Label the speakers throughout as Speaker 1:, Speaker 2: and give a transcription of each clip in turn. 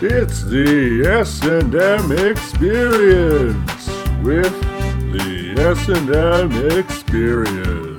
Speaker 1: It's the S&M Experience with the S&M Experience.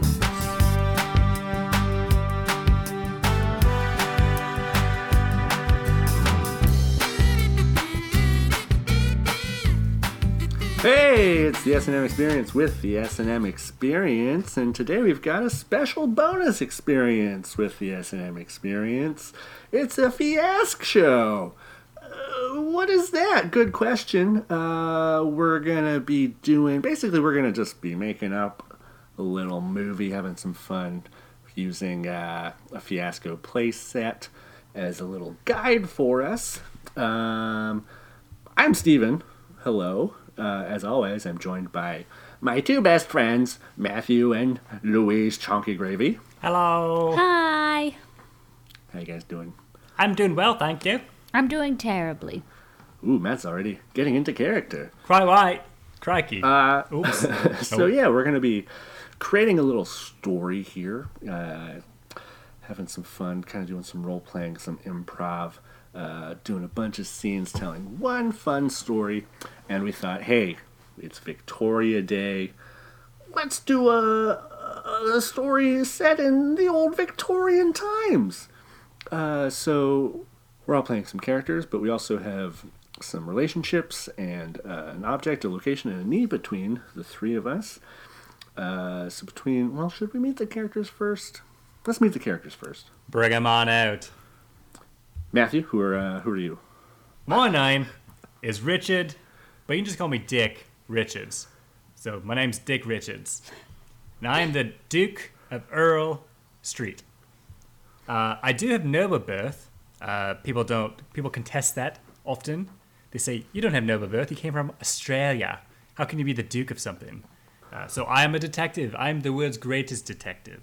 Speaker 2: Hey, it's the S&M Experience with the S&M Experience, and today we've got a special bonus experience with the S&M Experience. It's a fiasco show. Uh, what is that? Good question. Uh, we're gonna be doing basically we're gonna just be making up a little movie, having some fun using uh, a fiasco play set as a little guide for us. Um, I'm Steven. Hello. Uh, as always, I'm joined by my two best friends, Matthew and Louise Chonky Gravy.
Speaker 3: Hello.
Speaker 4: Hi.
Speaker 2: How you guys doing?
Speaker 3: I'm doing well, thank you.
Speaker 4: I'm doing terribly.
Speaker 2: Ooh, Matt's already getting into character.
Speaker 3: Cry white. Crikey. Uh, Oops.
Speaker 2: So yeah, we're gonna be creating a little story here, uh, having some fun, kind of doing some role playing, some improv, uh, doing a bunch of scenes, telling one fun story, and we thought, hey, it's Victoria Day, let's do a, a story set in the old Victorian times. Uh, so we're all playing some characters, but we also have some relationships and uh, an object, a location, and a need between the three of us. Uh, so between, well, should we meet the characters first? Let's meet the characters first.
Speaker 3: Bring 'em on out.
Speaker 2: Matthew, who are uh, who are you?
Speaker 3: My name is Richard, but you can just call me Dick Richards. So my name's Dick Richards, and I am the Duke of Earl Street. Uh, I do have noble birth. Uh, people don't people contest that often. They say you don't have noble birth. You came from Australia. How can you be the Duke of something? Uh, so I am a detective. I am the world's greatest detective.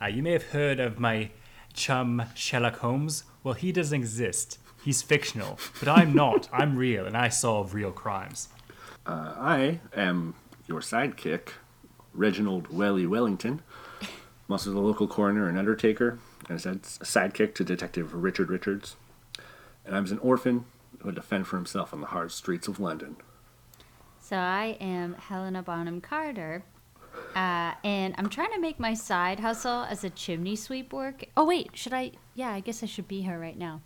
Speaker 3: Uh, you may have heard of my chum Sherlock Holmes. Well, he doesn't exist. He's fictional, but I'm not. I'm real, and I solve real crimes.
Speaker 2: Uh, I am your sidekick, Reginald Welly Wellington. I'm also the local coroner and undertaker, and as I said, sidekick to Detective Richard Richards. And I'm an orphan who would defend for himself on the hard streets of London.
Speaker 4: So I am Helena Bonham Carter, uh, and I'm trying to make my side hustle as a chimney sweep work. Oh wait, should I? Yeah, I guess I should be here right now.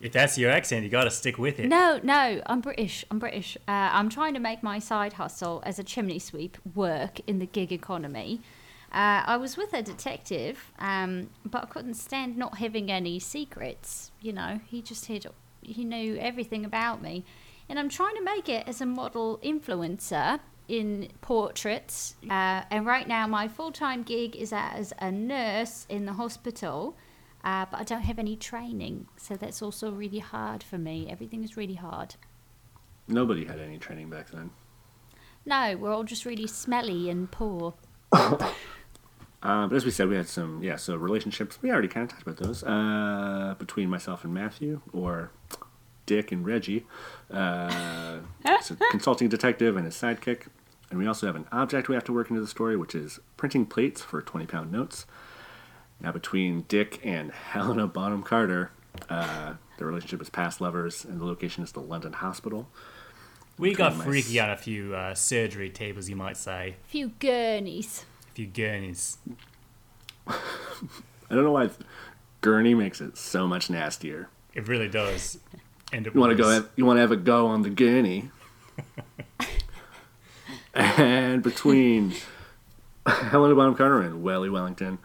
Speaker 3: If that's your accent, you gotta stick with it.
Speaker 4: No, no, I'm British. I'm British. Uh, I'm trying to make my side hustle as a chimney sweep work in the gig economy. Uh, I was with a detective, um, but I couldn't stand not having any secrets. You know, he just had, he knew everything about me. And I'm trying to make it as a model influencer in portraits. Uh, and right now, my full time gig is as a nurse in the hospital uh, but I don't have any training, so that's also really hard for me. Everything is really hard.
Speaker 2: Nobody had any training back then.
Speaker 4: No, we're all just really smelly and poor.
Speaker 2: Uh, but as we said, we had some yeah. So relationships, we already kind of talked about those uh, between myself and Matthew, or Dick and Reggie. Uh, it's a consulting detective and his sidekick, and we also have an object we have to work into the story, which is printing plates for twenty-pound notes. Now between Dick and Helena Bonham Carter, uh, the relationship is past lovers, and the location is the London hospital.
Speaker 3: we got
Speaker 2: my
Speaker 3: freaky on a few uh, surgery tables, you might say.
Speaker 4: Few gurneys.
Speaker 3: A few gurneys.
Speaker 2: I don't know why Gurney makes it so much nastier.
Speaker 3: It really does. And it
Speaker 2: You want to
Speaker 3: was.
Speaker 2: go? Have, you want to have a go on the gurney? and between Helena Bonham Carter and Welly Wellington,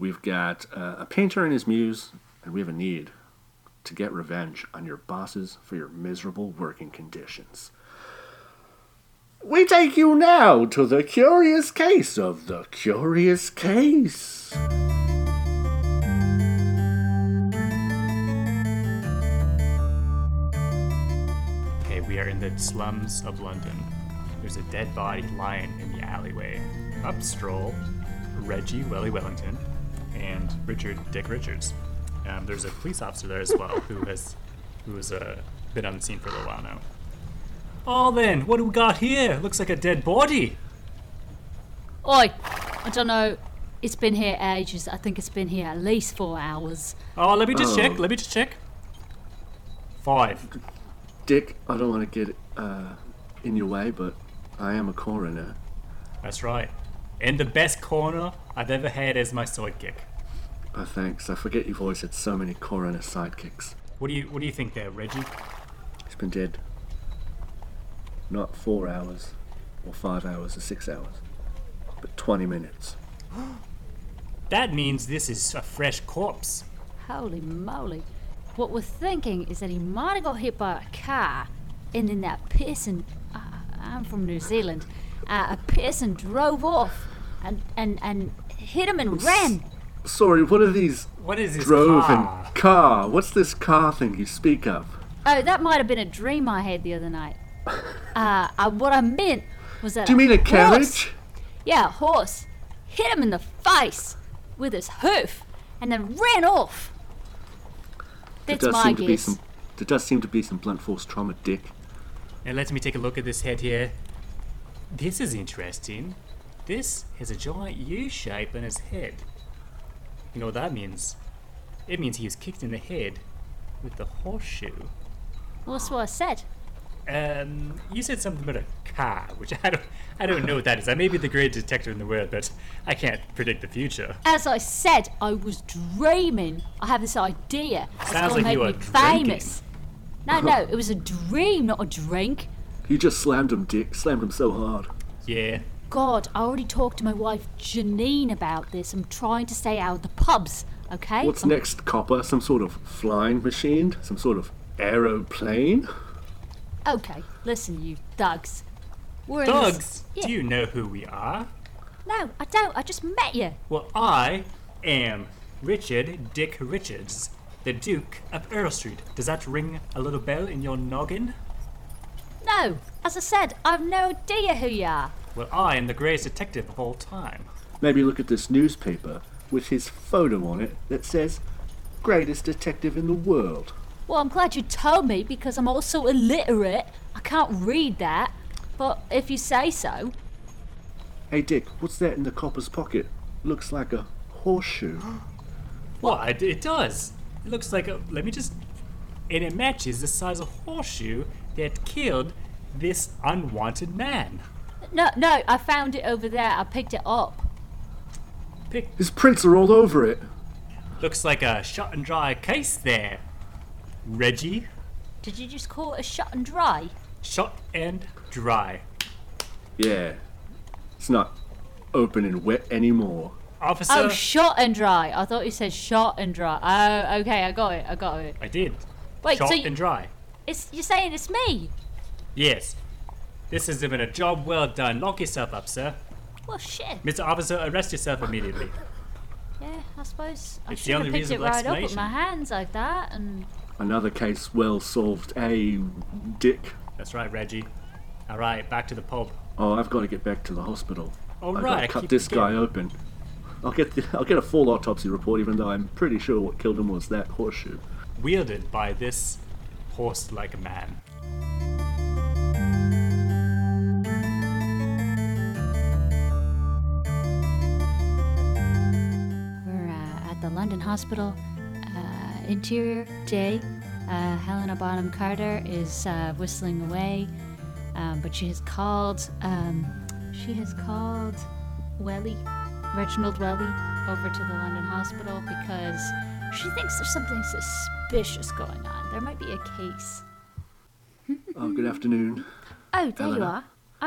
Speaker 2: we've got uh, a painter and his muse, and we have a need to get revenge on your bosses for your miserable working conditions. We take you now to the curious case of the curious case.
Speaker 3: Okay, we are in the slums of London. There's a dead body lying in the alleyway. Up stroll Reggie Welly Wellington and Richard Dick Richards. Um, there's a police officer there as well who has who has uh, been on the scene for a little while now. Oh, then, what do we got here? Looks like a dead body.
Speaker 4: Oi, I don't know. It's been here ages. I think it's been here at least four hours.
Speaker 3: Oh, let me just
Speaker 2: Oh.
Speaker 3: check. Let me just check. Five.
Speaker 2: Dick, I don't want to get uh, in your way, but I am a coroner.
Speaker 3: That's right. And the best corner I've ever had as my sidekick.
Speaker 2: Oh, thanks. I forget you've always had so many coroner sidekicks.
Speaker 3: What do you What do you think there, Reggie?
Speaker 2: He's been dead. Not four hours, or five hours, or six hours, but 20 minutes.
Speaker 3: That means this is a fresh corpse.
Speaker 4: Holy moly. What we're thinking is that he might have got hit by a car, and then that person, uh, I'm from New Zealand, uh, a person drove off and, and, and hit him and ran.
Speaker 2: Sorry, what are these?
Speaker 3: What is this
Speaker 2: Drove
Speaker 3: car?
Speaker 2: and car. What's this car thing you speak of?
Speaker 4: Oh, that might have been a dream I had the other night. Uh, I, what I meant was that.
Speaker 2: Do you mean a
Speaker 4: horse-
Speaker 2: carriage?
Speaker 4: Yeah, a horse. Hit him in the face with his hoof and then ran off. That's
Speaker 2: there does
Speaker 4: my
Speaker 2: seem to be
Speaker 4: guess.
Speaker 2: some. There does seem to be some blunt force trauma, Dick.
Speaker 3: Now let me take a look at this head here. This is interesting. This has a giant U shape in his head. You know what that means? It means he was kicked in the head with the horseshoe.
Speaker 4: Well, that's what I said.
Speaker 3: Um, you said something about a car, which I don't, I don't know what that is. I may be the great detector in the world, but I can't predict the future.
Speaker 4: As I said, I was dreaming. I have this idea. It's
Speaker 3: Sounds
Speaker 4: gonna
Speaker 3: like
Speaker 4: make
Speaker 3: you
Speaker 4: me
Speaker 3: are
Speaker 4: famous.
Speaker 2: Uh-huh.
Speaker 4: No, no, it was a dream, not a drink.
Speaker 2: You just slammed him, Dick. Slammed him so hard.
Speaker 3: Yeah,
Speaker 4: God, I already talked to my wife Janine about this. I'm trying to stay out of the pubs, okay?
Speaker 2: What's
Speaker 4: I'm-
Speaker 2: next, Copper? Some sort of flying machine? Some sort of aeroplane?
Speaker 4: Okay, listen, you thugs. We're in this-
Speaker 3: Bugs,
Speaker 4: Yeah.
Speaker 3: do you know who we are?
Speaker 4: No, I don't. I just met you.
Speaker 3: Well, I am Richard Dick Richards, the Duke of Earl Street. Does that ring a little bell in your noggin?
Speaker 4: No, as I said, I've no idea who you are.
Speaker 3: Well, I am the greatest detective of all time.
Speaker 2: Maybe look at this newspaper with his photo on it that says "Greatest Detective in the World."
Speaker 4: Well, I'm glad you told me because I'm also illiterate. I can't read that. But if you say so,
Speaker 2: Hey, Dick, what's that in the copper's pocket? Looks like a horseshoe.
Speaker 3: Well, it, it does. It looks like a. Let me just. And it matches the size of horseshoe that killed this unwanted man.
Speaker 4: no, no, I found it over there. I picked it up.
Speaker 3: Pick.
Speaker 2: His prints are all over it.
Speaker 3: Looks like a shut and dry case there. Reggie,
Speaker 4: Did you just call it a shut and dry?
Speaker 3: shut and dry.
Speaker 2: Yeah, it's not open and wet anymore.
Speaker 3: Officer,
Speaker 4: Oh, shot and dry. I thought you said shot and dry. Oh, okay, I got it. I got it.
Speaker 3: I did.
Speaker 4: Wait,
Speaker 3: shut
Speaker 4: so you,
Speaker 3: and dry.
Speaker 4: it's, you're saying it's me?
Speaker 3: Yes. This has been a job well done. Lock yourself up, sir.
Speaker 4: Well, shit.
Speaker 3: Mr. Officer, arrest yourself immediately.
Speaker 4: Yeah, I suppose I
Speaker 3: It's the
Speaker 4: should have
Speaker 3: only
Speaker 4: picked it
Speaker 3: reasonable
Speaker 4: right up with
Speaker 3: explanation.
Speaker 4: my hands like that and.
Speaker 2: Another case well solved, eh, Dick?
Speaker 3: That's right, Reggie. All right, back to the pub.
Speaker 2: Oh, I've got to get back to the hospital.
Speaker 3: All
Speaker 2: I've
Speaker 3: right,
Speaker 2: got to cut
Speaker 3: keep
Speaker 2: this
Speaker 3: it
Speaker 2: guy
Speaker 3: going.
Speaker 2: open. I'll get the, I'll get a full autopsy report, even though I'm pretty sure what killed him was that horseshoe.
Speaker 3: Wielded by this horse like man.
Speaker 4: We're uh, at the London Hospital, uh, interior day. Uh, Helena Bonham Carter is uh, whistling away, um, but she has called. Um, she has called Welly, Reginald Welly, over to the London Hospital because she thinks there's something suspicious going on. There might be a case.
Speaker 2: Oh, good afternoon.
Speaker 4: Oh, there you
Speaker 2: Helena?
Speaker 4: are.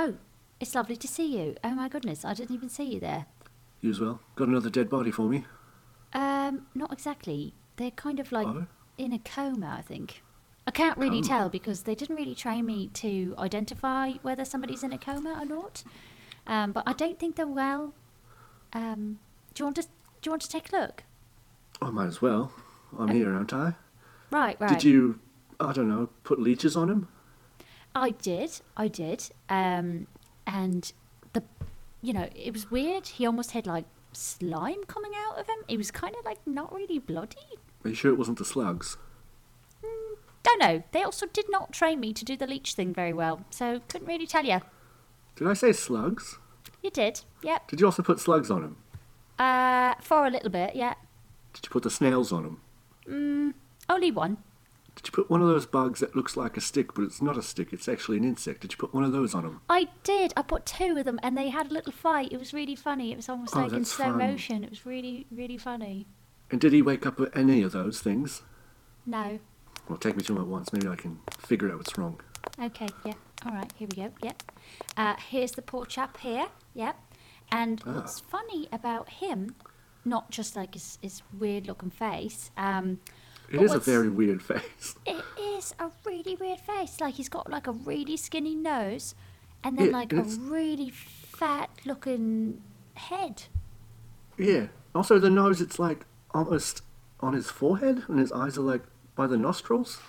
Speaker 4: Oh, it's lovely to see you. Oh my goodness, I didn't even see you there.
Speaker 2: You as well? Got another dead body for me?
Speaker 4: Um, not exactly. They're kind of like
Speaker 2: Oh?
Speaker 4: in a coma, I think. I can't really tell because they didn't really train me to identify whether somebody's in a coma or not. Um, but I don't think they're well. Um, do you want to? Do you want to take a look?
Speaker 2: I might as well. I'm here, aren't I?
Speaker 4: Right, right.
Speaker 2: Did you, I don't know, put leeches on him?
Speaker 4: I did. I did. Um, and the, you know, it was weird. He almost had like slime coming out of him. It was kind of like not really bloody.
Speaker 2: Are you sure it wasn't the slugs?
Speaker 4: Don't know. They also did not train me to do the leech thing very well, so couldn't really tell you.
Speaker 2: Did I say slugs?
Speaker 4: You did, yep.
Speaker 2: Did you also put slugs on him?
Speaker 4: Uh, for a little bit, yeah.
Speaker 2: Did you put the snails on him?
Speaker 4: Only one.
Speaker 2: Did you put one of those bugs that looks like a stick, but it's not a stick, it's actually an insect? Did you put one of those on him?
Speaker 4: I did. I put two of them, and they had a little fight. It was really funny. It was almost
Speaker 2: Oh,
Speaker 4: like in
Speaker 2: that's
Speaker 4: slow
Speaker 2: fun.
Speaker 4: motion. It was really, really funny.
Speaker 2: And did he wake up with any of those things?
Speaker 4: No.
Speaker 2: Well, take me to him at once. Maybe I can figure out what's wrong.
Speaker 4: Okay. Yeah. All right. Here we go. Yep. Uh, here's the poor chap here. Yep. And
Speaker 2: Ah.
Speaker 4: what's funny about him, not just like his, his weird looking face, um,
Speaker 2: It is
Speaker 4: But
Speaker 2: a
Speaker 4: what's-
Speaker 2: very weird face.
Speaker 4: it is a really weird face. Like he's got like a really skinny nose, and then
Speaker 2: Yeah,
Speaker 4: like
Speaker 2: and
Speaker 4: a
Speaker 2: it's-
Speaker 4: really fat looking head.
Speaker 2: Yeah. Also, the nose, it's like almost on his forehead, and his eyes are like by the nostrils.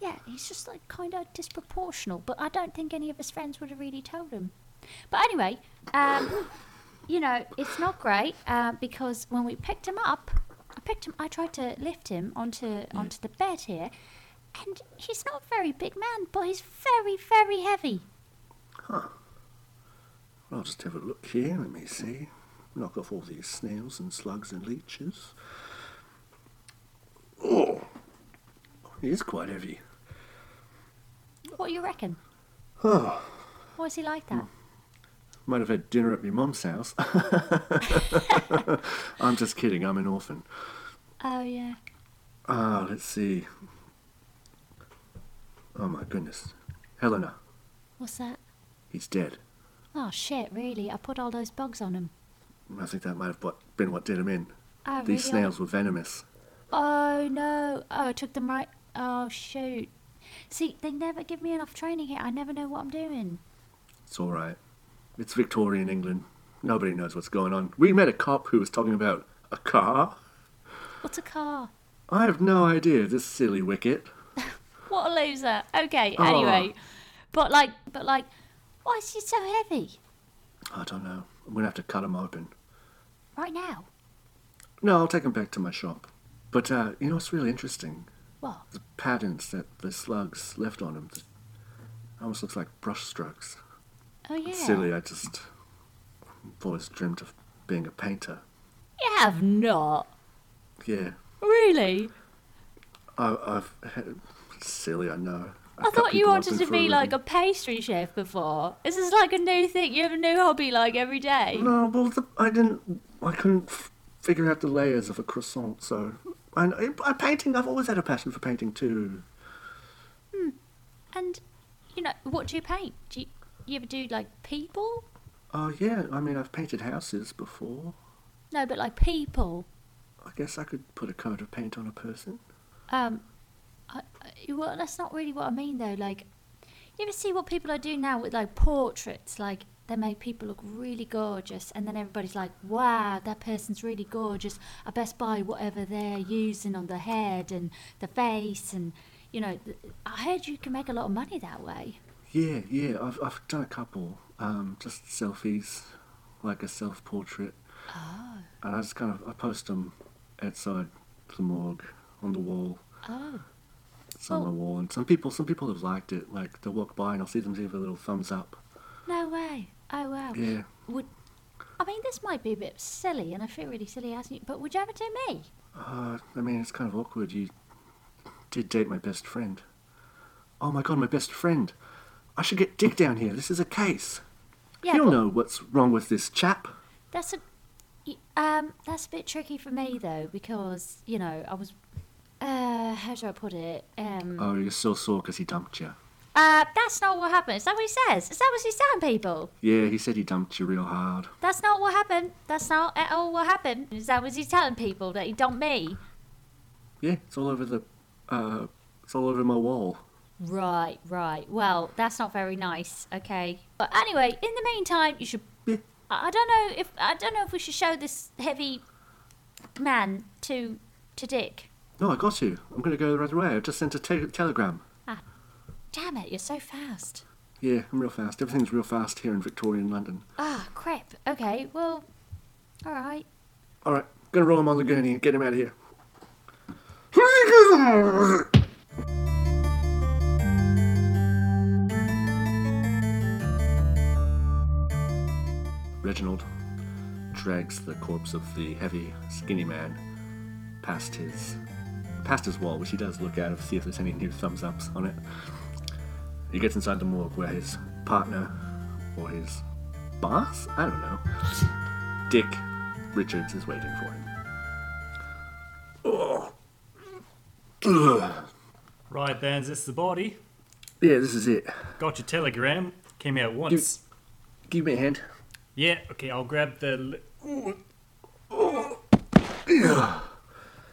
Speaker 4: Yeah, he's just like kind of disproportional, but I don't think any of his friends would have really told him. But anyway, um, you know, it's not great uh, because when we picked him up, I picked him. I tried to lift him onto onto the bed here, and he's not a very big man, but he's very very heavy.
Speaker 2: I'll just have a look here. Let me see. Knock off all these snails and slugs and leeches. Oh, he is quite heavy.
Speaker 4: What do you reckon?
Speaker 2: Oh,
Speaker 4: Why is he like that?
Speaker 2: might have had dinner at my mum's house. I'm just kidding. I'm an orphan.
Speaker 4: Oh yeah.
Speaker 2: Ah, let's see. Oh my goodness, Helena,
Speaker 4: What's that?
Speaker 2: he's dead.
Speaker 4: Oh shit! Really? I put all those bugs on him.
Speaker 2: I think that might have what- been what did him in.
Speaker 4: Oh,
Speaker 2: These
Speaker 4: really?
Speaker 2: snails were venomous.
Speaker 4: Oh no! Oh, I took them right. Oh shoot! See, they never give me enough training here. I never know what I'm doing.
Speaker 2: It's all right. It's Victorian England. Nobody knows what's going on. We met a cop who was talking about a car.
Speaker 4: What's a car?
Speaker 2: I have no idea. This silly wicket.
Speaker 4: What a loser. Okay,
Speaker 2: Oh.
Speaker 4: anyway, but like, but like, why is he so heavy
Speaker 2: I don't know. I'm gonna have to cut him open.
Speaker 4: right now?
Speaker 2: No, I'll take him back to my shop. But uh, you know what's really interesting?
Speaker 4: What?
Speaker 2: The patterns that the slugs left on him. Almost looks like brush strokes.
Speaker 4: Oh yeah.
Speaker 2: It's silly. I just I've always dreamt of being a painter.
Speaker 4: You have not
Speaker 2: Yeah,
Speaker 4: really.
Speaker 2: I, I've. had- It's silly. I know.
Speaker 4: I
Speaker 2: cut
Speaker 4: thought you
Speaker 2: people
Speaker 4: wanted
Speaker 2: open
Speaker 4: to
Speaker 2: for a
Speaker 4: be
Speaker 2: living.
Speaker 4: like a pastry chef before. This is like a new thing. You have a new hobby like every day.
Speaker 2: No, well, the, I didn't. I couldn't f- figure out the layers of a croissant, so. And I, I painting, I've always had a passion for painting too.
Speaker 4: And you know, what do you paint? Do you, you ever do like people?
Speaker 2: Oh, yeah, I mean, I've painted houses before.
Speaker 4: No, but like people.
Speaker 2: I guess I could put a coat of paint on a person.
Speaker 4: Um, I, I, well, that's not really what I mean though. Like, you ever see what people are doing now with like portraits? Like, they make people look really gorgeous, and then everybody's like, "Wow, that person's really gorgeous. I best buy whatever they're using on the head and the face." And you know, th- I heard you can make a lot of money that way.
Speaker 2: Yeah, yeah, I've, I've done a couple. Um, just selfies, like a self portrait.
Speaker 4: Oh,
Speaker 2: And I just kind of I post them outside the morgue on the wall.
Speaker 4: oh,
Speaker 2: It's on the
Speaker 4: Oh.
Speaker 2: wall, and some people, some people have liked it. Like they'll walk by and I'll see them give a little thumbs up.
Speaker 4: no way. Oh wow.
Speaker 2: Yeah.
Speaker 4: Would I mean this might be a bit silly, and I feel really silly asking you, but would you ever do me?
Speaker 2: Uh, I mean, it's kind of awkward. You did date my best friend. Oh my god, my best friend. I should get Dick down here. This is a case.
Speaker 4: Yeah,
Speaker 2: He'll
Speaker 4: but
Speaker 2: know what's wrong with this chap.
Speaker 4: that's a y- um that's a bit tricky for me though because you know I was uh how do I put it um
Speaker 2: Oh, you're so sore because he dumped you.
Speaker 4: uh that's not what happened. Is that what he says? Is that what he's saying, people?
Speaker 2: Yeah, he said he dumped you real hard.
Speaker 4: That's not what happened. That's not at all what happened. Is that what he's telling people that he dumped me?
Speaker 2: Yeah, it's all over the, uh, it's all over my wall.
Speaker 4: Right, right. Well, that's not very nice. Okay. But anyway, in the meantime, you should.
Speaker 2: Yeah.
Speaker 4: I I don't know if I don't know if we should show this heavy man to to Dick.
Speaker 2: No, I got you. I'm gonna go the other way. I've just sent a te- telegram.
Speaker 4: Damn it! You're so fast.
Speaker 2: Yeah, I'm real fast. Everything's real fast here in Victorian London.
Speaker 4: Ah, crap. Okay. Well, all right.
Speaker 2: All right, gonna roll him on the gurney and get him out of here. Reginald drags the corpse of the heavy, skinny man past his past his wall, which he does look at to see if there's any new thumbs ups on it. He gets inside the morgue where his partner or his boss, I don't know, Dick Richards is waiting for him.
Speaker 3: Right, then, this is the body.
Speaker 2: Yeah, this is it.
Speaker 3: Got your telegram. Came out once.
Speaker 2: Give me a hand.
Speaker 3: Yeah, okay, I'll grab the. Li- Ooh.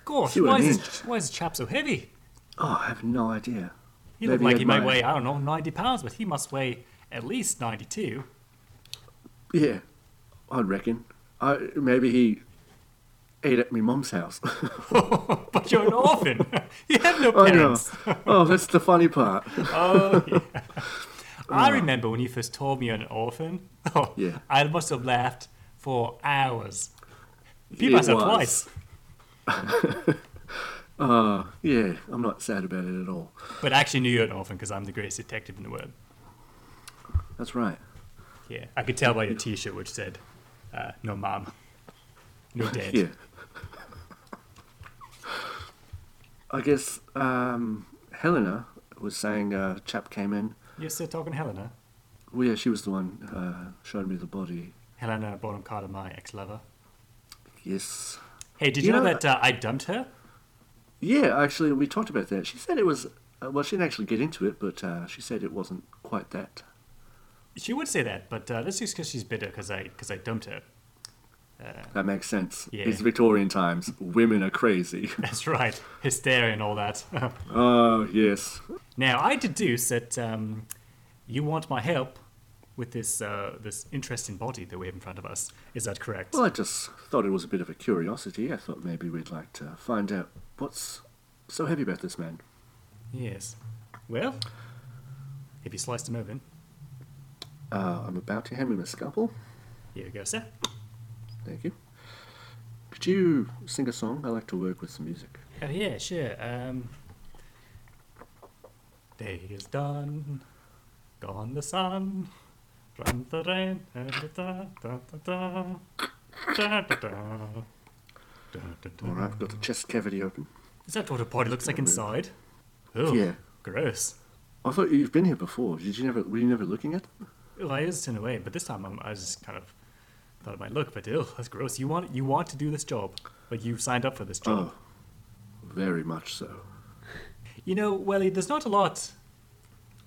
Speaker 3: Gosh,
Speaker 2: See what I
Speaker 3: why
Speaker 2: mean?
Speaker 3: is, this, why is this chap so heavy?
Speaker 2: Oh, I have no idea.
Speaker 3: He looked
Speaker 2: Maybe
Speaker 3: like
Speaker 2: I'd
Speaker 3: he might
Speaker 2: mind.
Speaker 3: weigh, I don't know, 90 pounds, but he must weigh at least 92.
Speaker 2: Yeah, I'd reckon. I, maybe he ate at my mum's house.
Speaker 3: but you're an orphan. you have no
Speaker 2: I know.
Speaker 3: parents.
Speaker 2: oh, that's the funny part.
Speaker 3: Oh, yeah. I remember when you first told me you're an orphan. Oh,
Speaker 2: Yeah.
Speaker 3: I must have laughed for hours. Beat myself
Speaker 2: was.
Speaker 3: twice.
Speaker 2: Uh, Yeah, I'm not sad about it at all.
Speaker 3: But I actually knew you're an orphan because I'm the greatest detective in the world.
Speaker 2: That's right.
Speaker 3: Yeah, I could tell by your T-shirt, which said, uh, "No mom, no dad."
Speaker 2: Yeah. I guess um, Helena was saying a chap came in.
Speaker 3: You're still talking to Helena.
Speaker 2: Well, yeah, she was the one uh, showed me the body.
Speaker 3: Helena bottom card of my ex-lover.
Speaker 2: Yes.
Speaker 3: Hey, did you,
Speaker 2: You
Speaker 3: know,
Speaker 2: know-
Speaker 3: that uh, I dumped her?
Speaker 2: Yeah, actually, we talked about that. She said it was. Uh, well, she didn't actually get into it, but uh, she said it wasn't quite that.
Speaker 3: She would say that, but uh, that's just because she's bitter because I because I dumped her.
Speaker 2: That makes sense.
Speaker 3: Yeah.
Speaker 2: It's Victorian times. Women are crazy.
Speaker 3: That's right, hysteria and all that.
Speaker 2: Oh, yes.
Speaker 3: now I deduce that um, you want my help with this uh, this interesting body that we have in front of us. Is that correct?
Speaker 2: Well, I just thought it was a bit of a curiosity. I thought maybe we'd like to find out what's so heavy about this man.
Speaker 3: Yes. Well, if you sliced him open,
Speaker 2: Uh, I'm about to hand him a scalpel.
Speaker 3: here you go, sir.
Speaker 2: Thank you. Could you sing a song? I like to work with some music.
Speaker 3: Oh yeah, sure. Um, day is done, gone the sun, run the rain, da da da da da da da da. da, da, da.
Speaker 2: All right, I've got the chest cavity open.
Speaker 3: Is that what a body looks like inside? Ugh,
Speaker 2: Yeah.
Speaker 3: gross.
Speaker 2: I thought you've been here before. Did you never? Were you never looking at them?
Speaker 3: Well, I is in a way, but this time I'm, I was just kind of thought it might look, but ew, that's gross. You want you want to do this job, like you signed up for this job.
Speaker 2: Oh, very much so.
Speaker 3: You know, Welly, there's not a lot.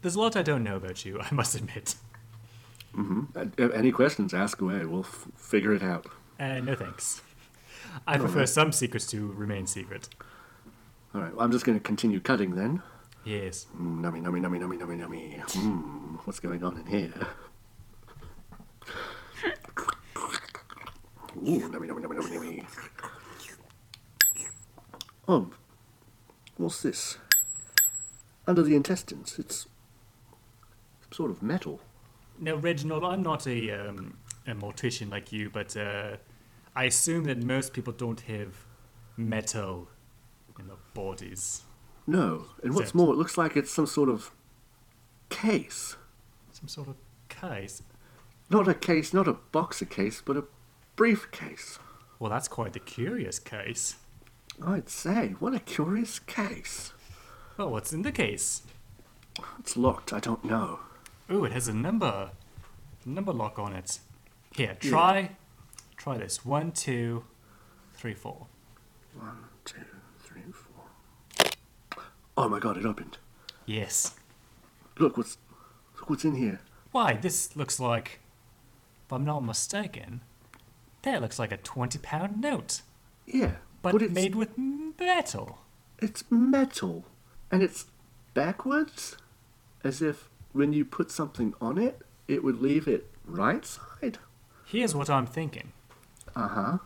Speaker 3: There's a lot I don't know about you. I must admit.
Speaker 2: Uh, uh, Any questions? Ask away. We'll f- figure it out.
Speaker 3: Uh, no thanks. I prefer some secrets to remain secret.
Speaker 2: All right. Well, I'm just going to continue cutting then.
Speaker 3: Yes.
Speaker 2: Mm, nummy, nummy, nummy, nummy, nummy, nummy. Mm, what's going on in here? Ooh, nummy, nummy, nummy, nummy, nummy. Oh, what's this? Under the intestines. It's sort of metal.
Speaker 3: Now, Reginald, I'm not a, um, a mortician like you, but uh, I assume that most people don't have metal in their bodies.
Speaker 2: No, and what's
Speaker 3: Yes.
Speaker 2: more, it looks like it's some sort of case.
Speaker 3: Some sort of case.
Speaker 2: Not a case, not a boxer case, but a briefcase.
Speaker 3: Well, that's quite the curious case.
Speaker 2: I'd say, what a curious case.
Speaker 3: Well, what's in the case?
Speaker 2: It's locked. I don't know.
Speaker 3: Ooh, it has a number, number lock on it. Here, try, try this. One, two, three, four.
Speaker 2: One, two, three, four. Oh my god! It opened.
Speaker 3: Yes.
Speaker 2: Look what's look what's in here.
Speaker 3: Why, this looks like, if I'm not mistaken, that looks like a 20 pound note,
Speaker 2: Yeah,
Speaker 3: but,
Speaker 2: it's
Speaker 3: made with metal.
Speaker 2: it's metal, and it's backwards, as if when you put something on it, it would leave it right side.
Speaker 3: Here's what I'm thinking
Speaker 2: Uh huh.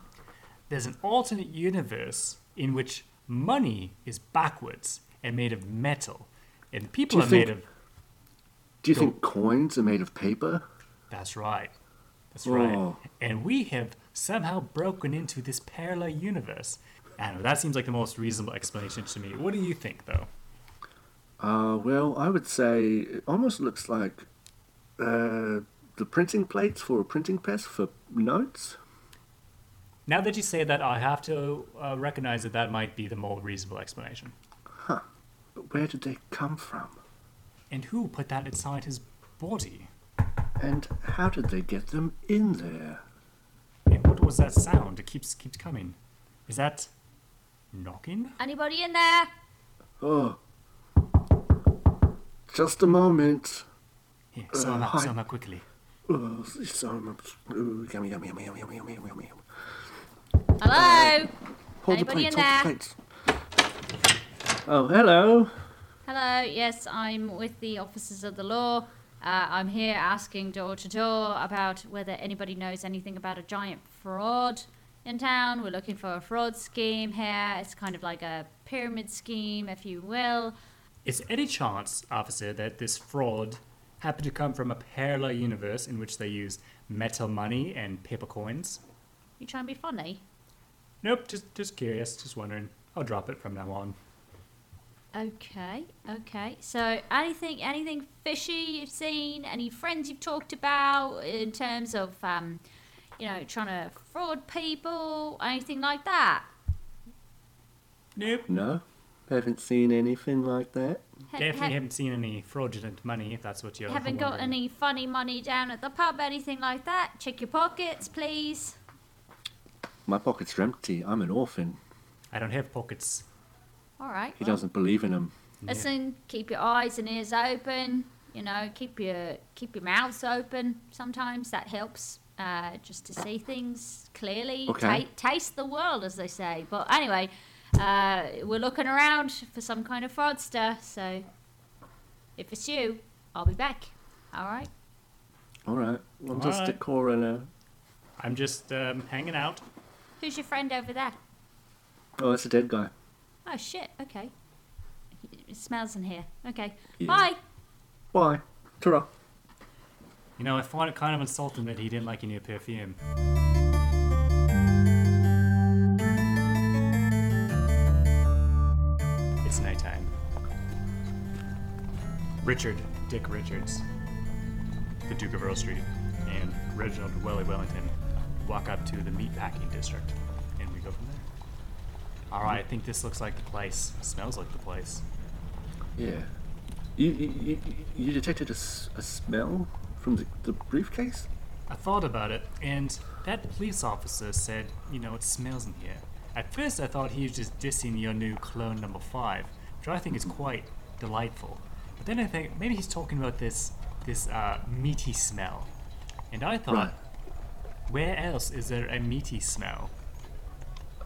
Speaker 3: there's an alternate universe in which money is backwards and made of metal, and the people
Speaker 2: you
Speaker 3: are
Speaker 2: think-
Speaker 3: made of.
Speaker 2: Do you
Speaker 3: Cool.
Speaker 2: think coins are made of paper?
Speaker 3: That's right. That's right.
Speaker 2: Oh.
Speaker 3: And we have somehow broken into this parallel universe. I don't know, that seems like the most reasonable explanation to me. What do you think, though?
Speaker 2: Uh, well, I would say it almost looks like uh, the printing plates for a printing press for notes.
Speaker 3: Now that you say that, I have to uh, recognize that that might be the more reasonable explanation.
Speaker 2: But where did they come from?
Speaker 3: And who put that inside his body?
Speaker 2: And how did they get them in there?
Speaker 3: And what was that sound? It keeps keeps coming. Is that knocking?
Speaker 4: Anybody in there?
Speaker 2: Oh. Just a moment.
Speaker 3: Here, sum up,
Speaker 2: hi.
Speaker 3: sum up quickly.
Speaker 2: Oh, so oh, yummy, yummy, yummy, yummy, yummy, yummy, yummy.
Speaker 4: Hello?
Speaker 2: Hold
Speaker 4: Anybody
Speaker 2: the plates,
Speaker 4: in there?
Speaker 2: hold the plates. Oh, hello.
Speaker 4: Hello, yes, I'm with the officers of the law. Uh, I'm here asking door to door about whether anybody knows anything about a giant fraud in town. We're looking for a fraud scheme here. It's kind of like a pyramid scheme, if you will.
Speaker 3: Is any chance, officer, that this fraud happened to come from a parallel universe in which they used metal money and paper coins?
Speaker 4: You trying to be funny?
Speaker 3: Nope, just just curious, just wondering. I'll drop it from now on.
Speaker 4: Okay, okay. So anything, anything fishy you've seen? Any friends you've talked about in terms of, um, you know, trying to fraud people? Anything like that?
Speaker 3: Nope.
Speaker 2: No, haven't seen anything like that.
Speaker 4: Ha-
Speaker 3: Definitely
Speaker 4: ha-
Speaker 3: haven't seen any fraudulent money, if that's what you're
Speaker 4: haven't got
Speaker 3: wondering.
Speaker 4: any funny money down at the pub? Anything like that? Check your pockets, please.
Speaker 2: My pockets are empty. I'm an orphan.
Speaker 3: I don't have pockets.
Speaker 4: All right.
Speaker 2: He
Speaker 4: well,
Speaker 2: doesn't believe in them.
Speaker 4: Listen. Keep your eyes and ears open. You know, keep your keep your mouths open. Sometimes that helps. Uh, just to see things clearly,
Speaker 2: Okay.
Speaker 4: ta- taste the world, as they say. But anyway, uh, we're looking around for some kind of fraudster. So, if it's you, I'll be back. All right.
Speaker 2: All right, I'm just a
Speaker 3: Alright.
Speaker 2: coroner.
Speaker 3: I'm just um, hanging out.
Speaker 4: Who's your friend over there?
Speaker 2: Oh, that's a dead guy.
Speaker 4: Oh shit. Okay. It smells in here. Okay.
Speaker 2: Yeah.
Speaker 4: Bye.
Speaker 2: Why? ta
Speaker 3: You know, I find it kind of insulting that he didn't like your new perfume. It's nighttime. Richard, Dick Richards, the Duke of Earl Street, and Reginald Welly Wellington walk up to the meatpacking district, and we go from there. All right, I think this looks like the place. Smells like the place.
Speaker 2: Yeah. You you, you, you detected a, s- a smell from the, the briefcase?
Speaker 3: I thought about it, and that police officer said, you know, it smells in here. At first, I thought he was just dissing your new clone number five, which I think is
Speaker 2: Mm-hmm.
Speaker 3: quite delightful. But then I think maybe he's talking about this this uh, meaty smell, and I thought,
Speaker 2: Right.
Speaker 3: where else is there a meaty smell?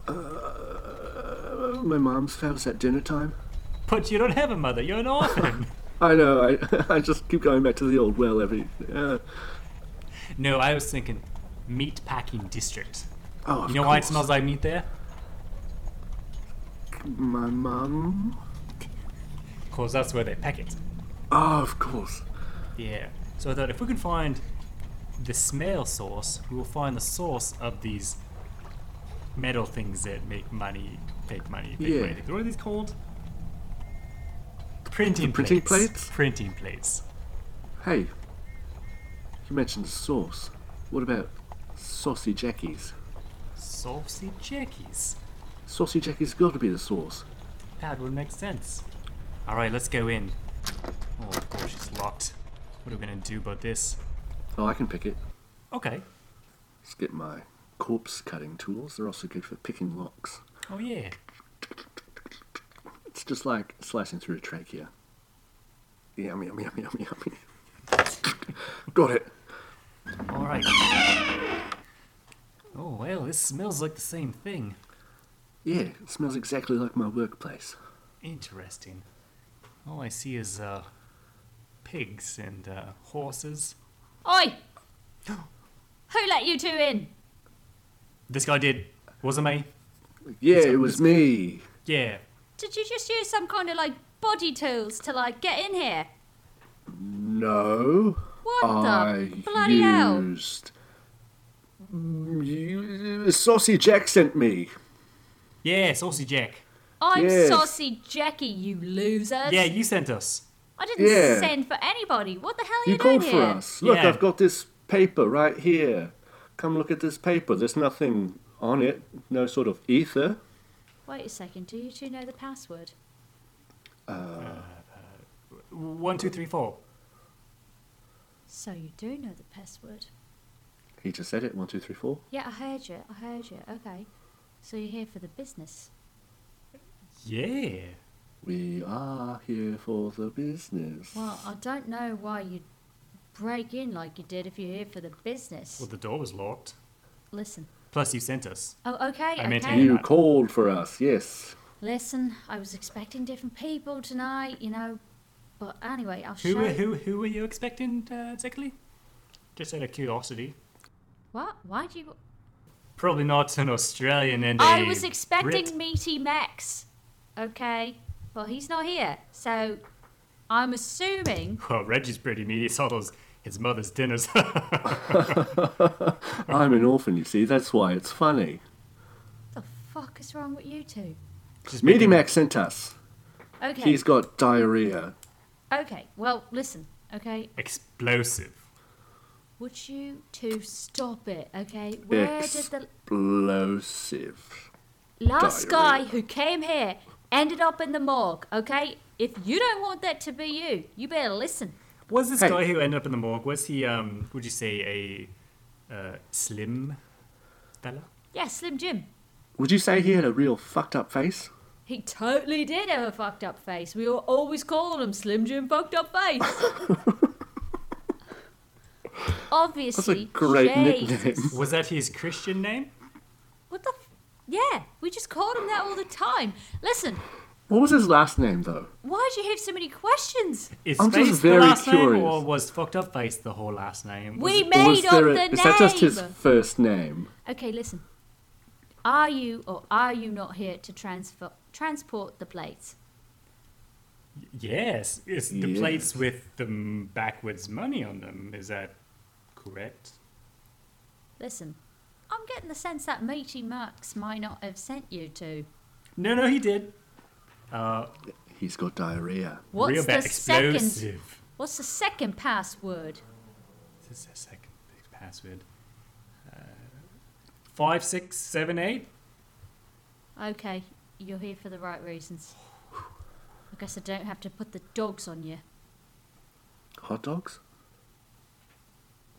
Speaker 2: Oh, my mom's house at dinner time.
Speaker 3: But you don't have a mother; you're an orphan.
Speaker 2: I know. I, I just keep going back to the old well every. Uh,
Speaker 3: no, I was thinking meat packing district.
Speaker 2: oh, of
Speaker 3: You know why it
Speaker 2: course.
Speaker 3: smells like meat there?
Speaker 2: My mum.
Speaker 3: Cause that's where they pack it.
Speaker 2: Oh, of course.
Speaker 3: Yeah. So I thought if we can find the smell source, we will find the source of these metal things that make money, fake money, fake
Speaker 2: Yeah.
Speaker 3: money. What are these called? Printing,
Speaker 2: printing
Speaker 3: plates.
Speaker 2: plates?
Speaker 3: Printing plates.
Speaker 2: Hey, you mentioned sauce. What about saucy jackies?
Speaker 3: Saucy jackies.
Speaker 2: Saucy jackies got to be the sauce.
Speaker 3: That would make sense. All right, let's go in. Oh, of course, it's locked. What are we gonna do about this?
Speaker 2: Oh, I can pick it.
Speaker 3: Okay.
Speaker 2: Let's get my corpse cutting tools. They're also good for picking locks.
Speaker 3: Oh yeah.
Speaker 2: It's just like slicing through a trachea. Yummy, yummy, yummy, yummy, yummy. got it.
Speaker 3: All right. Oh well, this smells like the same thing.
Speaker 2: Yeah, it smells exactly like my workplace.
Speaker 3: Interesting. All I see is uh, pigs and uh, horses.
Speaker 4: Oi. Who let you two in?
Speaker 3: This guy did. Wasn't me.
Speaker 2: Yeah, it was me.
Speaker 3: Yeah.
Speaker 4: Did you just use some kind of like body tools to like get in here?
Speaker 2: No.
Speaker 4: What
Speaker 2: I
Speaker 4: the bloody hell?
Speaker 2: used. Mm, you- Saucy Jack sent me.
Speaker 3: Yeah, Saucy Jack.
Speaker 4: I'm
Speaker 2: Yes.
Speaker 4: saucy Jackie, you losers.
Speaker 3: Yeah, you sent us.
Speaker 4: I didn't
Speaker 2: Yeah.
Speaker 4: send for anybody. What the hell are you,
Speaker 2: You
Speaker 4: doing
Speaker 2: called for
Speaker 4: here?
Speaker 2: us. Look,
Speaker 3: Yeah.
Speaker 2: I've got this paper right here. Come look at this paper. There's nothing on it, no sort of ether.
Speaker 4: Wait a second, do you two know the password?
Speaker 3: One, two, three, four.
Speaker 4: So you do know the password.
Speaker 2: He just said it. One, two, three, four.
Speaker 4: Yeah, I heard you. I heard you. Okay. So you're here for the business.
Speaker 3: Yeah.
Speaker 2: We are here for the business.
Speaker 4: Well, I don't know why you'd break in like you did if you're here for the business.
Speaker 3: Well, the door was locked.
Speaker 4: Listen.
Speaker 3: Plus, you sent us.
Speaker 4: Oh, okay,
Speaker 3: I meant
Speaker 4: okay.
Speaker 3: to
Speaker 2: you
Speaker 3: not.
Speaker 2: called for us, yes.
Speaker 4: Listen, I was expecting different people tonight, you know. But anyway, I'll
Speaker 3: Who
Speaker 4: show
Speaker 3: were,
Speaker 4: you.
Speaker 3: who who were you expecting uh, exactly? Just out of curiosity.
Speaker 4: What? Why do you.
Speaker 3: Probably not an Australian and
Speaker 4: I
Speaker 3: a
Speaker 4: was expecting
Speaker 3: Brit.
Speaker 4: Meaty Max. Okay. Well, he's not here. So I'm assuming.
Speaker 3: Well, Reggie's pretty meaty. Saw those his mother's dinners.
Speaker 2: I'm an orphan, you see. That's why it's funny.
Speaker 4: What the fuck is wrong with you two?
Speaker 3: Just
Speaker 2: Meaty
Speaker 3: making-
Speaker 2: Mac sent us.
Speaker 4: Okay.
Speaker 2: He's got diarrhea.
Speaker 4: Okay. Well, listen. Okay.
Speaker 3: explosive.
Speaker 4: Would you two stop it? Okay. Where did
Speaker 2: Explosive.
Speaker 4: the last guy
Speaker 2: diarrhea.
Speaker 4: who came here ended up in the morgue? Okay. If you don't want that to be you, you better listen.
Speaker 3: Was this
Speaker 2: Hey.
Speaker 3: guy who ended up in the morgue? Was he um? Would you say a uh, slim fella?
Speaker 4: Yeah, Slim Jim.
Speaker 2: Would you say he had a real fucked up face?
Speaker 4: He totally did have a fucked up face. We were always calling him Slim Jim fucked up face.
Speaker 2: That's a
Speaker 4: Obviously.
Speaker 2: great
Speaker 4: Jesus.
Speaker 2: nickname.
Speaker 3: Was that his Christian name?
Speaker 4: What the? F- yeah, we just called him that all the time. Listen,
Speaker 2: What was his last name, though?
Speaker 4: why do you have so many questions?
Speaker 3: Is
Speaker 2: I'm just
Speaker 3: face
Speaker 2: very
Speaker 3: the last
Speaker 2: curious.
Speaker 3: name, or was fucked up face the whole last name? Was
Speaker 4: We
Speaker 3: it-
Speaker 2: Or was
Speaker 4: made up
Speaker 2: there a-
Speaker 4: the name.
Speaker 2: Is that just his first name?
Speaker 4: Okay, listen. Are you or are you not here to transfer transport the plates?
Speaker 3: yes, it's the
Speaker 2: Yes.
Speaker 3: plates with the m- backwards money on them. Is that correct?
Speaker 4: Listen, I'm getting the sense that Meaty Max might not have sent you to.
Speaker 3: No, no, he did. Uh,
Speaker 2: He's got diarrhea.
Speaker 4: What's
Speaker 3: real
Speaker 4: the
Speaker 3: bad explosive.
Speaker 4: second? What's the second password?
Speaker 3: This is a second big password. Uh, five, six, seven, eight.
Speaker 4: Okay, you're here for the right reasons. I guess I don't have to put the dogs on you.
Speaker 2: Hot dogs?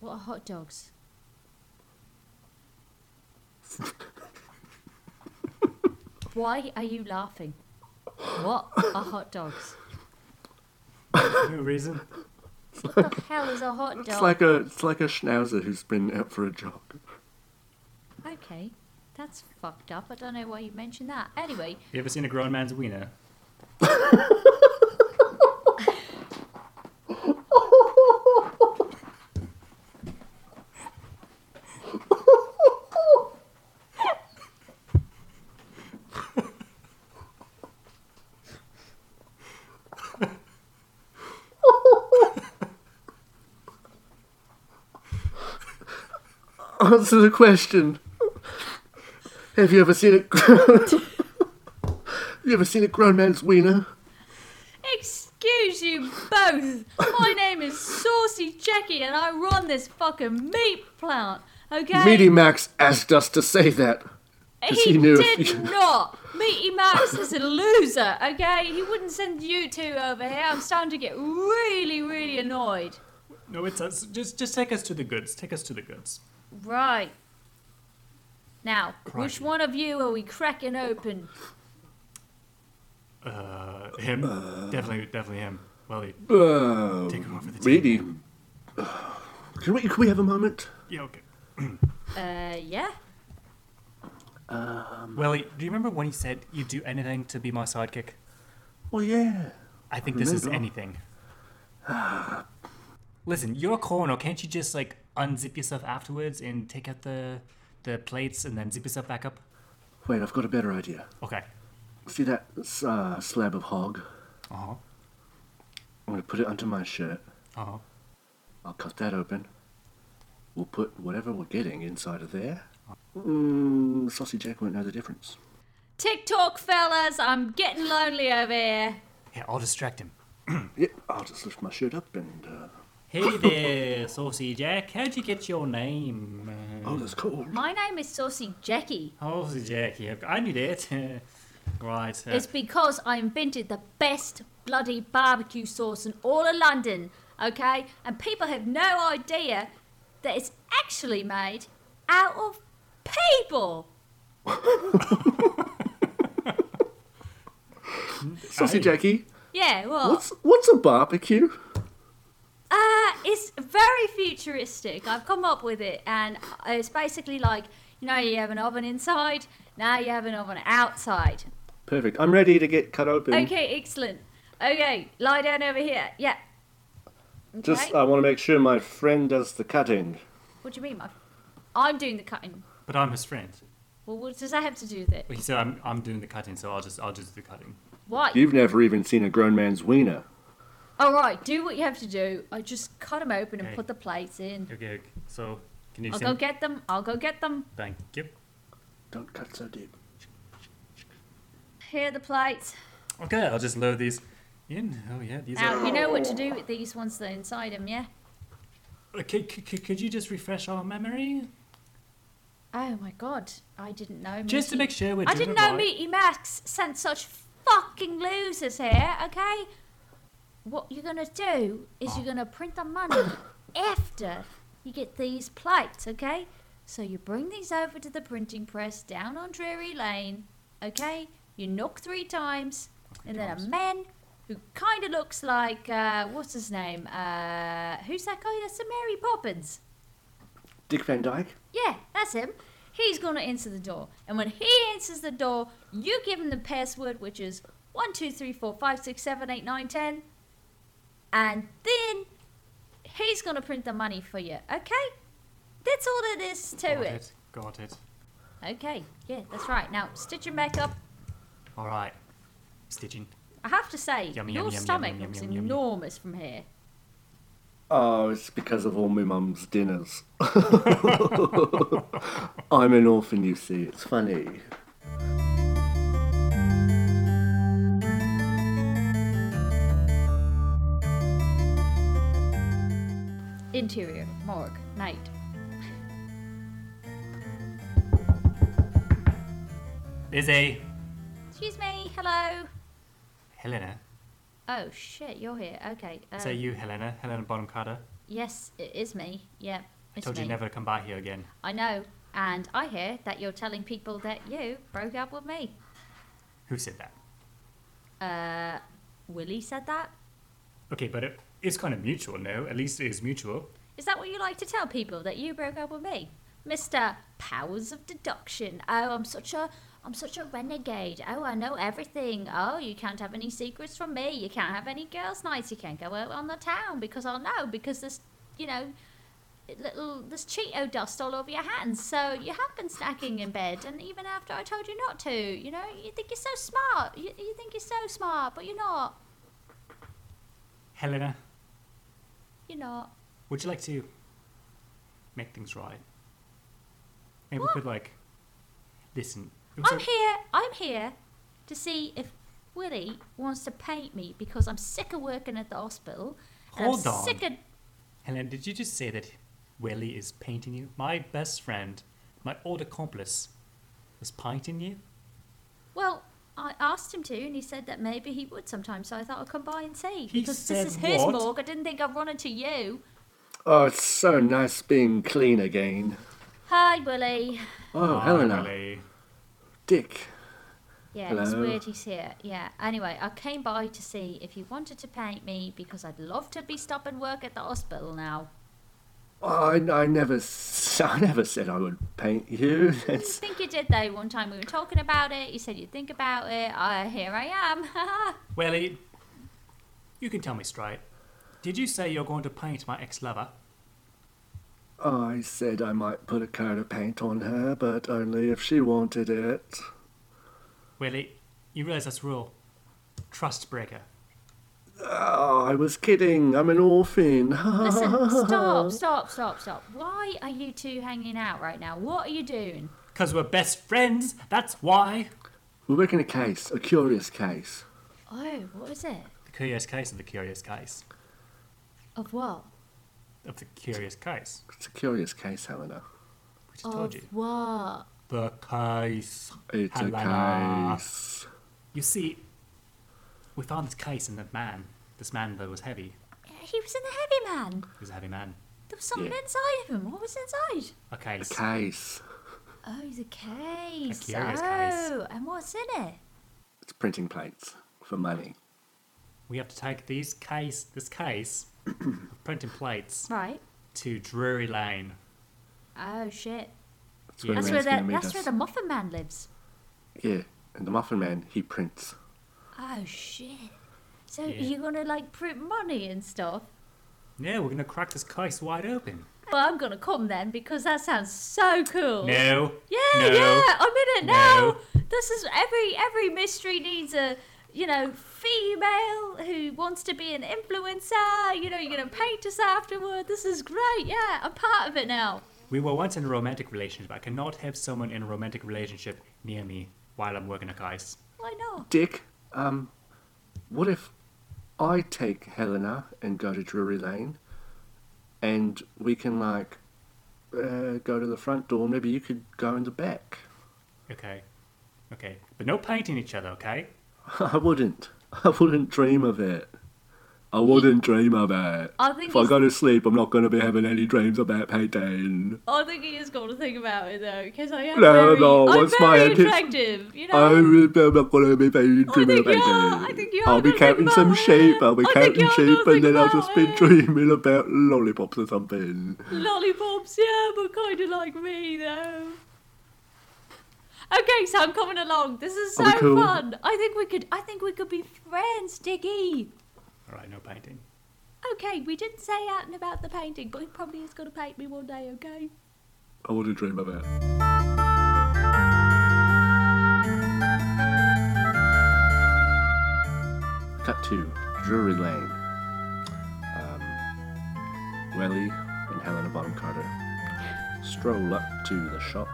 Speaker 4: What are hot dogs? Why are you laughing? What are hot dogs?
Speaker 3: No reason.
Speaker 4: What the hell is a hot
Speaker 2: It's
Speaker 4: dog?
Speaker 2: like a it's like a schnauzer who's been out for a jog.
Speaker 4: Okay, that's fucked up. I don't know why you mentioned that. Anyway,
Speaker 3: You ever seen a grown man's wiener?
Speaker 2: Answer the question. Have you ever seen a You ever seen a grown man's wiener?
Speaker 4: excuse you both. My name is Saucy Jackie, and I run this fucking meat plant. Okay.
Speaker 2: Meaty Max asked us to say that. 'Cause
Speaker 4: He
Speaker 2: he knew if
Speaker 4: did
Speaker 2: you-
Speaker 4: not. Meaty Max is a loser, okay? He wouldn't send you two over here. I'm starting to get really, really annoyed.
Speaker 3: No, it's us. Just, just take us to the goods. Take us to the goods.
Speaker 4: Right. Now, which
Speaker 3: Crikey.
Speaker 4: one of you are we cracking open?
Speaker 3: Uh, him. definitely, definitely him. Well, he,
Speaker 2: Oh,
Speaker 3: Take him off with the
Speaker 2: meaty. Can we can we have a moment?
Speaker 3: yeah, okay.
Speaker 4: Uh, yeah?
Speaker 3: Well, he, do you remember when he said, "You'd do anything to be my sidekick"?
Speaker 2: Well, Oh, yeah.
Speaker 3: I think this is
Speaker 2: Remember.
Speaker 3: anything. Listen, you're a coroner. Can't you just like unzip yourself afterwards and take out the the plates and then zip yourself back up?
Speaker 2: Wait, I've got a better idea.
Speaker 3: Okay.
Speaker 2: See that uh, slab of hog?
Speaker 3: Uh huh.
Speaker 2: I'm gonna put it under my shirt.
Speaker 3: Uh huh.
Speaker 2: I'll cut that open. We'll put whatever we're getting inside of there. Mm, Saucy Jack won't know the difference.
Speaker 4: TikTok, fellas, I'm getting lonely over here.
Speaker 3: Yeah, I'll distract him.
Speaker 2: Yep, I'll just lift my shirt up and uh,
Speaker 3: Hey there, Saucy Jack. How'd you get your name? Uh,
Speaker 2: Oh, that's cold.
Speaker 4: My name is Saucy Jackie.
Speaker 3: Saucy Jack, yeah, I knew that. right. Uh,
Speaker 4: It's because I invented the best bloody barbecue sauce in all of London, okay? And people have no idea that it's actually made out of people.
Speaker 2: Saucy
Speaker 3: Aye.
Speaker 2: Jackie,
Speaker 4: Yeah, well,
Speaker 2: what's what's a barbecue?
Speaker 4: uh, it's very futuristic. I've come up with it, and it's basically like you know, you have an oven inside, now you have an oven outside.
Speaker 2: Perfect. I'm ready to get cut open.
Speaker 4: Okay, excellent. Okay, lie down over here. Yeah.
Speaker 2: Just uh,
Speaker 4: Okay.
Speaker 2: I want to make sure my friend does the cutting.
Speaker 4: What do you mean, my? I'm doing the cutting.
Speaker 3: but I'm his friend.
Speaker 4: Well, what does that have to do with it?
Speaker 3: He said I'm, I'm doing the cutting, so I'll just I'll just do the cutting.
Speaker 4: Why?
Speaker 2: You've never even seen a grown man's wiener.
Speaker 4: All right, do what you have to do. I just cut them open and
Speaker 3: Okay.
Speaker 4: put the plates in.
Speaker 3: Okay, okay. so can you
Speaker 4: I'll go
Speaker 3: send?
Speaker 4: get them. I'll go get them.
Speaker 3: Thank you.
Speaker 2: Don't cut so deep.
Speaker 4: Here are the plates.
Speaker 3: Okay, I'll just load these in. Oh yeah, these
Speaker 4: Now
Speaker 3: are.
Speaker 4: you know what to do with these once they're inside them, yeah?
Speaker 3: Okay, c- c- could you just refresh our memory
Speaker 4: Oh my god, I didn't know.
Speaker 3: just to
Speaker 4: Meaty-
Speaker 3: make sure we're
Speaker 4: I
Speaker 3: doing
Speaker 4: didn't
Speaker 3: it
Speaker 4: know
Speaker 3: right.
Speaker 4: Meaty Max sent such fucking losers here. Okay, what you're gonna do is you're gonna print the money after you get these plates. Okay, so you bring these over to the printing press down on Drury Lane. Okay, you knock three times, and then a man who kind of looks like uh, what's his name? Uh, who's that guy? That's the Mary Poppins.
Speaker 2: Dick Van Dyke.
Speaker 4: Yeah, that's him. He's gonna answer the door, and when he answers the door, you give him the password, which is one two three four five six seven eight nine ten, and then he's gonna print the money for you. Okay, that's all there is to
Speaker 3: Got
Speaker 4: it.
Speaker 3: it. Got it.
Speaker 4: Okay, yeah, that's right. Now stitch him back up.
Speaker 3: All right. Stitching.
Speaker 4: I have to say,
Speaker 3: Yum, yum,
Speaker 4: your
Speaker 3: yum, yum,
Speaker 4: stomach
Speaker 3: yum, yum,
Speaker 4: looks
Speaker 3: yum, yum.
Speaker 4: enormous from here.
Speaker 2: Oh, it's because of all my mum's dinners. I'm an orphan, you see. It's funny.
Speaker 4: Interior morgue night.
Speaker 3: Busy.
Speaker 4: Excuse me. Hello.
Speaker 3: Helena.
Speaker 4: Oh shit, you're here. Okay. Uh,
Speaker 3: Say you, Helena. Helena Bonham Carter.
Speaker 4: Yes, it is me. Yeah,
Speaker 3: I
Speaker 4: it's
Speaker 3: told
Speaker 4: me.
Speaker 3: you never to come by here again.
Speaker 4: I know, and I hear that you're telling people that you broke up with me.
Speaker 3: Who said that?
Speaker 4: Uh, Willie said that.
Speaker 3: Okay, but it, it's kind of mutual, no? At least it is mutual.
Speaker 4: Is that what you like to tell people that you broke up with me, Mister Powers of Deduction? Oh, I'm such a, I'm such a renegade. Oh, I know everything. Oh, you can't have any secrets from me. You can't have any girls' nights. You can't go out on the town because I'll know because there's, you know. Little there's Cheeto dust all over your hands, so you have been snacking in bed, and even after I told you not to, you know, you think you're so smart, you, you think you're so smart, but you're not,
Speaker 3: Helena,
Speaker 4: you're not.
Speaker 3: would you like to make things right? Maybe
Speaker 4: What?
Speaker 3: we could, like, listen. It was
Speaker 4: I'm
Speaker 3: a-
Speaker 4: here. I'm here to see if Willie wants to paint me because I'm sick of working at the hospital. and
Speaker 3: Hold
Speaker 4: I'm
Speaker 3: on.
Speaker 4: Sick of.
Speaker 3: Helena, did you just say that Willie is painting you? My best friend, my old accomplice, was painting you?
Speaker 4: Well, I asked him to, and he said that maybe he would sometime. So I thought I'd come by and see
Speaker 3: He
Speaker 4: because
Speaker 3: said
Speaker 4: this is his
Speaker 3: what?
Speaker 4: morgue. I didn't think I'd run into you.
Speaker 2: Oh, it's so nice being clean again.
Speaker 4: Hi, Willie.
Speaker 2: Oh,
Speaker 3: Ah,
Speaker 2: Helena.
Speaker 3: Willie.
Speaker 2: Dick.
Speaker 4: Yeah, it's
Speaker 2: Hello.
Speaker 4: weird he's here. Yeah. Anyway, I came by to see if you wanted to paint me because I'd love to be stopping work at the hospital now.
Speaker 2: Oh, I, I never, s- I never said I would paint you.
Speaker 4: I
Speaker 2: That's
Speaker 4: think you did though. One time we were talking about it. You said you'd think about it. Uh, here I am.
Speaker 3: Willie, you can tell me straight. Did you say you're going to paint my ex lover?
Speaker 2: I said I might put a coat of paint on her, but only if she wanted it.
Speaker 3: Willie, you realize that's real trust breaker.
Speaker 2: Oh, I was kidding. I'm an orphan.
Speaker 4: Listen, stop, stop, stop, stop. Why are you two hanging out right now? What are you doing?
Speaker 3: Because we're best friends, that's why.
Speaker 2: We're working a case, a curious case.
Speaker 4: Oh, what is it?
Speaker 3: The curious case of the curious case.
Speaker 4: Of what?
Speaker 3: of the curious case.
Speaker 2: It's a curious case, Helena.
Speaker 3: We just told you.
Speaker 4: what?
Speaker 3: The case.
Speaker 2: It's
Speaker 3: Helena.
Speaker 2: a case.
Speaker 3: You see, we found this case in that man. This man that was heavy.
Speaker 4: He was in the heavy man.
Speaker 3: He was a heavy man.
Speaker 4: There was something
Speaker 2: Yeah.
Speaker 4: inside of him. What was inside?
Speaker 3: A case.
Speaker 2: Case.
Speaker 4: Oh, the case.
Speaker 3: curious case.
Speaker 4: oh, and what's in it?
Speaker 2: It's printing plates for money.
Speaker 3: We have to take these case, this case of printing plates
Speaker 4: Right.
Speaker 3: to Drury Lane.
Speaker 4: Oh shit.
Speaker 2: That's where,
Speaker 3: Yeah.
Speaker 4: That's
Speaker 2: man's
Speaker 4: where
Speaker 2: gonna
Speaker 4: the
Speaker 2: meet
Speaker 4: that's
Speaker 2: us.
Speaker 4: where the Muffin Man lives.
Speaker 2: Yeah, and the Muffin Man, he prints.
Speaker 4: Oh shit. So
Speaker 3: Yeah.
Speaker 4: you're gonna like print money and stuff.
Speaker 3: No, we're gonna crack this case wide open.
Speaker 4: Well, I'm gonna come then because that sounds so cool.
Speaker 3: No.
Speaker 4: Yeah,
Speaker 3: No.
Speaker 4: yeah, I'm in it
Speaker 3: No.
Speaker 4: now. This is every every mystery needs a you know female who wants to be an influencer. You know, you're gonna paint us afterward. This is great. Yeah, I'm part of it now.
Speaker 3: We were once in a romantic relationship. I cannot have someone in a romantic relationship near me while I'm working a case.
Speaker 4: Why not?
Speaker 2: Dick, um, what if I take Helena and go to Drury Lane and we can, like, uh, go to the front door? Maybe you could go in the back.
Speaker 3: Okay. Okay. But no painting each other, okay?
Speaker 2: I wouldn't. I wouldn't dream of it. I wouldn't dream of it.
Speaker 4: I think
Speaker 2: If I
Speaker 4: he's-
Speaker 2: go to sleep, I'm not going to be having any dreams about painting.
Speaker 4: I think he has got to think about it though, because I am
Speaker 2: No,
Speaker 4: very,
Speaker 2: no,
Speaker 4: I'm
Speaker 2: what's my
Speaker 4: very
Speaker 2: head is-
Speaker 4: attractive. You know.
Speaker 2: I'm not going to be painting
Speaker 4: I
Speaker 2: dreaming
Speaker 4: think
Speaker 2: about
Speaker 4: you are.
Speaker 2: painting.
Speaker 4: I think you are
Speaker 2: I'll be
Speaker 4: gonna think
Speaker 2: counting some
Speaker 4: about
Speaker 2: sheep.
Speaker 4: it.
Speaker 2: I'll be
Speaker 4: I think
Speaker 2: counting
Speaker 4: you are
Speaker 2: sheep,
Speaker 4: gonna
Speaker 2: and then
Speaker 4: think
Speaker 2: I'll just
Speaker 4: about
Speaker 2: be
Speaker 4: it.
Speaker 2: dreaming about lollipops or something.
Speaker 4: Lollipops, yeah, but kind of like me though. Okay, so I'm coming along. This is so
Speaker 2: Are we cool?
Speaker 4: fun. I think we could. I think we could be friends, Diggy.
Speaker 3: Alright, no painting.
Speaker 4: Okay, we didn't say out and about the painting, but he probably is gonna paint me one day. Okay.
Speaker 2: I wouldn't dream of it. Cut to Drury Lane. Um, Welly and Helena Bonham Carter stroll up to the shop.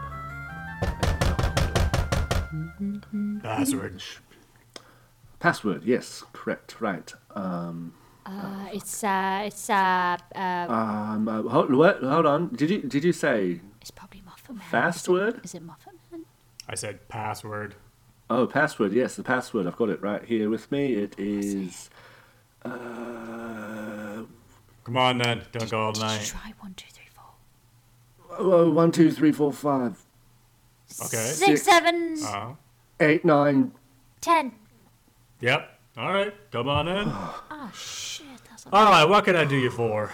Speaker 3: Password.
Speaker 2: Password, yes, correct, right. Um,
Speaker 4: Uh, it's uh, it's uh, uh,
Speaker 2: um, uh, hold, what, hold on. Did you did you say
Speaker 4: it's probably Muffin Man.
Speaker 2: fast word?
Speaker 4: Is it Muffin Man?
Speaker 3: I said password.
Speaker 2: Oh, password. Yes, the password. I've got it right here with me. It is. Uh,
Speaker 3: Come on then, don't go all night.
Speaker 4: Try one, two, three, four.
Speaker 2: oh, one, two, three, four, five,
Speaker 3: Okay.
Speaker 4: Six, seven,
Speaker 3: Oh.
Speaker 2: eight, nine.
Speaker 4: ten.
Speaker 3: Yep. Alright, come on in.
Speaker 4: Oh shit, that's. A-
Speaker 3: Alright, what can I do you for?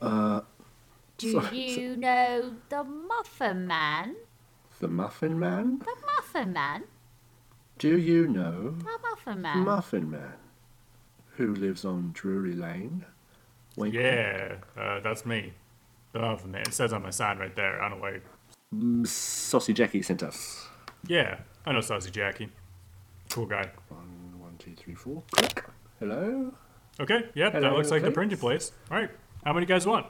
Speaker 4: Do
Speaker 2: sorry,
Speaker 4: you know the Muffin Man?
Speaker 2: The Muffin Man?
Speaker 4: The Muffin Man?
Speaker 2: Do you know
Speaker 4: The Muffin Man?
Speaker 2: Muffin Man? Who lives on Drury Lane? Wink,
Speaker 3: Yeah, uh, that's me. Oh, man, it says on my sign right there. I don't know why.
Speaker 2: wink. Saucy Jackie sent us.
Speaker 3: Yeah, I know Saucy Jackie. Cool guy.
Speaker 2: One, one, two, three, four. Click. Hello?
Speaker 3: Okay, yep,
Speaker 2: Hello,
Speaker 3: that looks like the
Speaker 2: please.
Speaker 3: printing place. All right, how many guys want?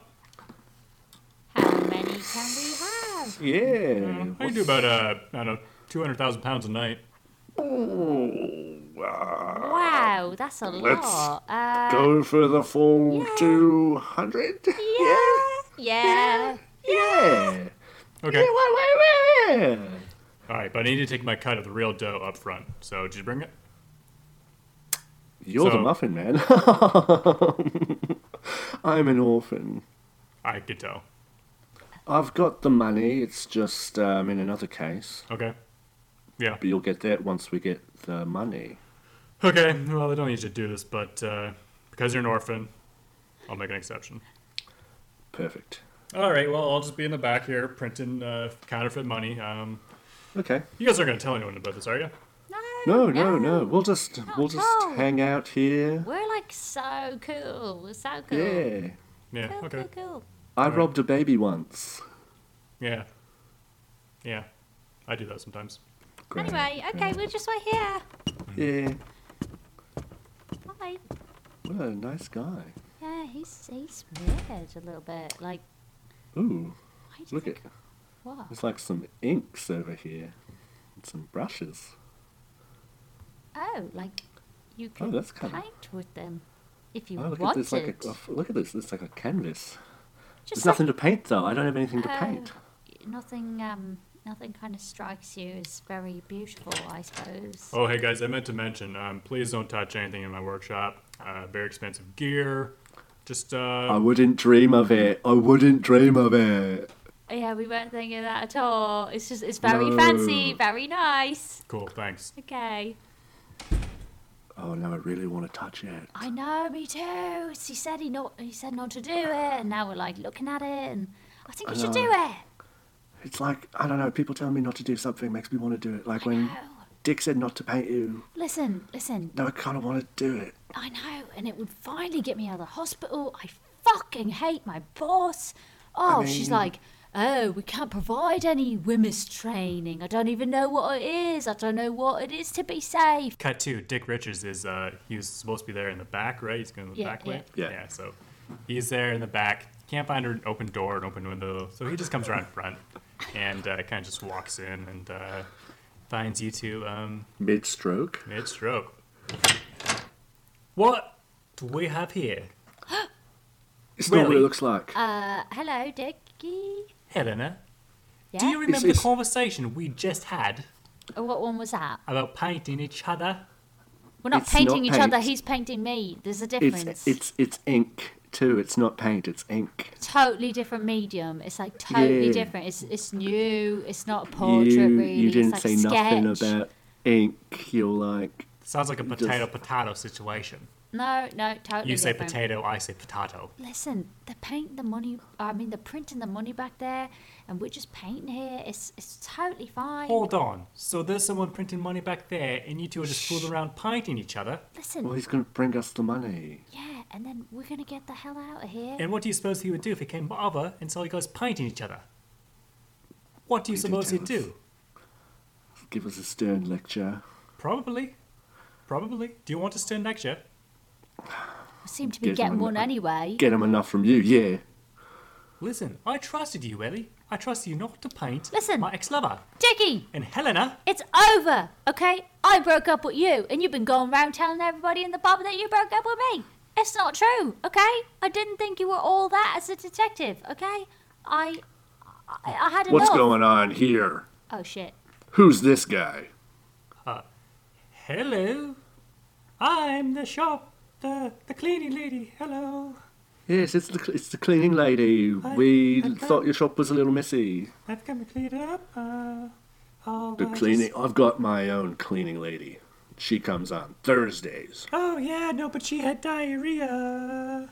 Speaker 4: How many can we have?
Speaker 2: Yeah.
Speaker 3: I can do about, uh, I don't know, 200,000 pounds a night.
Speaker 4: Wow, that's a
Speaker 2: Uh, let's
Speaker 4: lot. Uh,
Speaker 2: Go for the full
Speaker 4: Yeah.
Speaker 2: 200?
Speaker 4: Yeah. Yeah.
Speaker 2: Yeah.
Speaker 3: Okay.
Speaker 2: Yeah, wait, wait, wait, wait.
Speaker 3: All right, but I need to take my cut of the real dough up front. So just bring it.
Speaker 2: You're the
Speaker 3: So-
Speaker 2: muffin man. I'm an orphan.
Speaker 3: I could tell.
Speaker 2: I've got the money. It's just um, in another case.
Speaker 3: Okay. Yeah.
Speaker 2: But you'll get that once we get the money.
Speaker 3: Okay, well, I don't need you to do this, but uh, because you're an orphan, I'll make an exception.
Speaker 2: Perfect.
Speaker 3: All right, well, I'll just be in the back here printing uh, counterfeit money. Um,
Speaker 2: Okay.
Speaker 3: you guys aren't going to tell anyone about this, are you?
Speaker 2: No, no, no. We'll just
Speaker 4: Not
Speaker 2: we'll
Speaker 4: at
Speaker 2: just
Speaker 4: all.
Speaker 2: hang out here.
Speaker 4: We're like so cool. We're so cool.
Speaker 2: Yeah.
Speaker 3: Yeah,
Speaker 4: Cool,
Speaker 3: okay.
Speaker 4: cool, cool.
Speaker 2: I
Speaker 3: Alright.
Speaker 2: robbed a baby once.
Speaker 3: Yeah. Yeah. I do that sometimes.
Speaker 2: Great.
Speaker 4: Anyway, okay, we're just right here.
Speaker 2: Yeah.
Speaker 4: Hi.
Speaker 2: What a nice guy.
Speaker 4: Yeah, he's he's weird a little bit. Like,
Speaker 2: Ooh,
Speaker 4: why do you
Speaker 2: look at
Speaker 4: think- what?
Speaker 2: there's like some inks over here, and some brushes.
Speaker 4: Oh, like you
Speaker 2: Oh,
Speaker 4: could
Speaker 2: that's kinda-
Speaker 4: paint with them if you
Speaker 2: Oh, look at
Speaker 4: wanted.
Speaker 2: this! Like a, look at this! It's like a canvas.
Speaker 4: Just
Speaker 2: There's nothing to paint, though. I don't have anything to paint.
Speaker 4: nothing, um, nothing kind of strikes you as very beautiful, I suppose.
Speaker 3: Oh, hey guys, I meant to mention. Um, please don't touch anything in my workshop. Uh, very expensive gear. Just
Speaker 2: I
Speaker 3: uh,
Speaker 2: wouldn't dream of it. I wouldn't dream of it.
Speaker 4: Yeah, we weren't thinking of that at all. It's just, it's very fancy, very nice.
Speaker 3: cool. Thanks.
Speaker 4: Okay.
Speaker 2: Oh no, I really want to touch it.
Speaker 4: I know, me too. He said he not, he said not to do it, and now we're like looking at it, and I think
Speaker 2: I
Speaker 4: we should
Speaker 2: know.
Speaker 4: do it.
Speaker 2: It's like I don't know. People telling me not to do something makes me want to do it. Like when
Speaker 4: Oh.
Speaker 2: Dick said not to paint you.
Speaker 4: Listen, listen,
Speaker 2: Now I kind of want to do it.
Speaker 4: I know, and it would finally get me out of the hospital. I fucking hate my boss. Oh, she's
Speaker 2: mean-
Speaker 4: like, oh, we can't provide any women's training. I don't even know what it is. I don't know what it is to be safe.
Speaker 3: Cut two. Dick Richards is uh, he was supposed to be there in the back, right? He's going to the
Speaker 4: Yeah,
Speaker 3: back way.
Speaker 2: yeah. Yeah.
Speaker 3: So he's there in the back. Can't find an open door, an open window. So he just comes around front and uh, kind of just walks in and uh, finds you two um,
Speaker 2: Mid stroke.
Speaker 3: mid stroke. What do we have here?
Speaker 2: It's not what it
Speaker 3: Really?
Speaker 2: looks like.
Speaker 4: Uh, hello, Dickie.
Speaker 3: Helena,
Speaker 4: Yeah.
Speaker 3: do you remember
Speaker 2: it's-
Speaker 3: the conversation we just had
Speaker 4: Uh, what one was that?
Speaker 3: about painting each other?
Speaker 4: We're not
Speaker 2: It's not
Speaker 4: painting each other.
Speaker 2: paint.
Speaker 4: He's painting me. There's a difference.
Speaker 2: it's it's it's ink too. It's not paint. It's ink.
Speaker 4: totally different medium. It's like totally
Speaker 2: Yeah.
Speaker 4: different. It's it's new. Oh, It's not a portrait
Speaker 2: You
Speaker 4: really.
Speaker 2: you didn't
Speaker 4: it's
Speaker 2: say
Speaker 4: like a sketch.
Speaker 2: nothing about ink. You're like
Speaker 3: Sounds like a
Speaker 2: Just-
Speaker 3: potato potato situation.
Speaker 4: No, no, totally.
Speaker 3: You say
Speaker 4: different.
Speaker 3: potato, I say potato.
Speaker 4: Listen, they're painting the money. I mean, they're printing the money back there, and we're just painting here. It's it's totally fine.
Speaker 2: Oh.
Speaker 3: Hold on. So there's someone printing money back there, and you two are just fooling around painting each other.
Speaker 4: Listen,
Speaker 2: well, he's gonna bring us the money.
Speaker 4: yeah, and then we're gonna get the hell out of here.
Speaker 3: And what do you suppose he would do if he came over and saw you guys painting each other? What do you
Speaker 2: He'd
Speaker 3: suppose he'd
Speaker 2: tell us.
Speaker 3: do?
Speaker 2: Give us a stern lecture.
Speaker 3: Probably. Probably. Do you want to stand next year?
Speaker 4: I seem to be
Speaker 2: Get
Speaker 4: getting
Speaker 2: one
Speaker 4: one
Speaker 2: that-
Speaker 4: anyway.
Speaker 2: Get him enough from you. Yeah.
Speaker 3: Listen, I trusted you, Ellie. I trusted you not to paint
Speaker 4: Listen.
Speaker 3: my ex-lover.
Speaker 4: Dickie,
Speaker 3: And Helena,
Speaker 4: it's over, okay? I broke up with you, and you've been going round telling everybody in the pub that you broke up with me. It's not true, okay? I didn't think you were all that as a detective, okay? I, I, I had enough.
Speaker 2: What's going on here?
Speaker 4: Oh shit.
Speaker 2: Who's this guy?
Speaker 3: hello. I'm the shop, the, the cleaning lady. Hello.
Speaker 2: Yes, it's the it's the cleaning lady. we thought your shop was a little messy.
Speaker 3: I've come to clean it up. Uh, oh,
Speaker 2: The cleaning. I've got my own cleaning lady. She comes on Thursdays.
Speaker 3: Oh yeah, no, but she had diarrhea.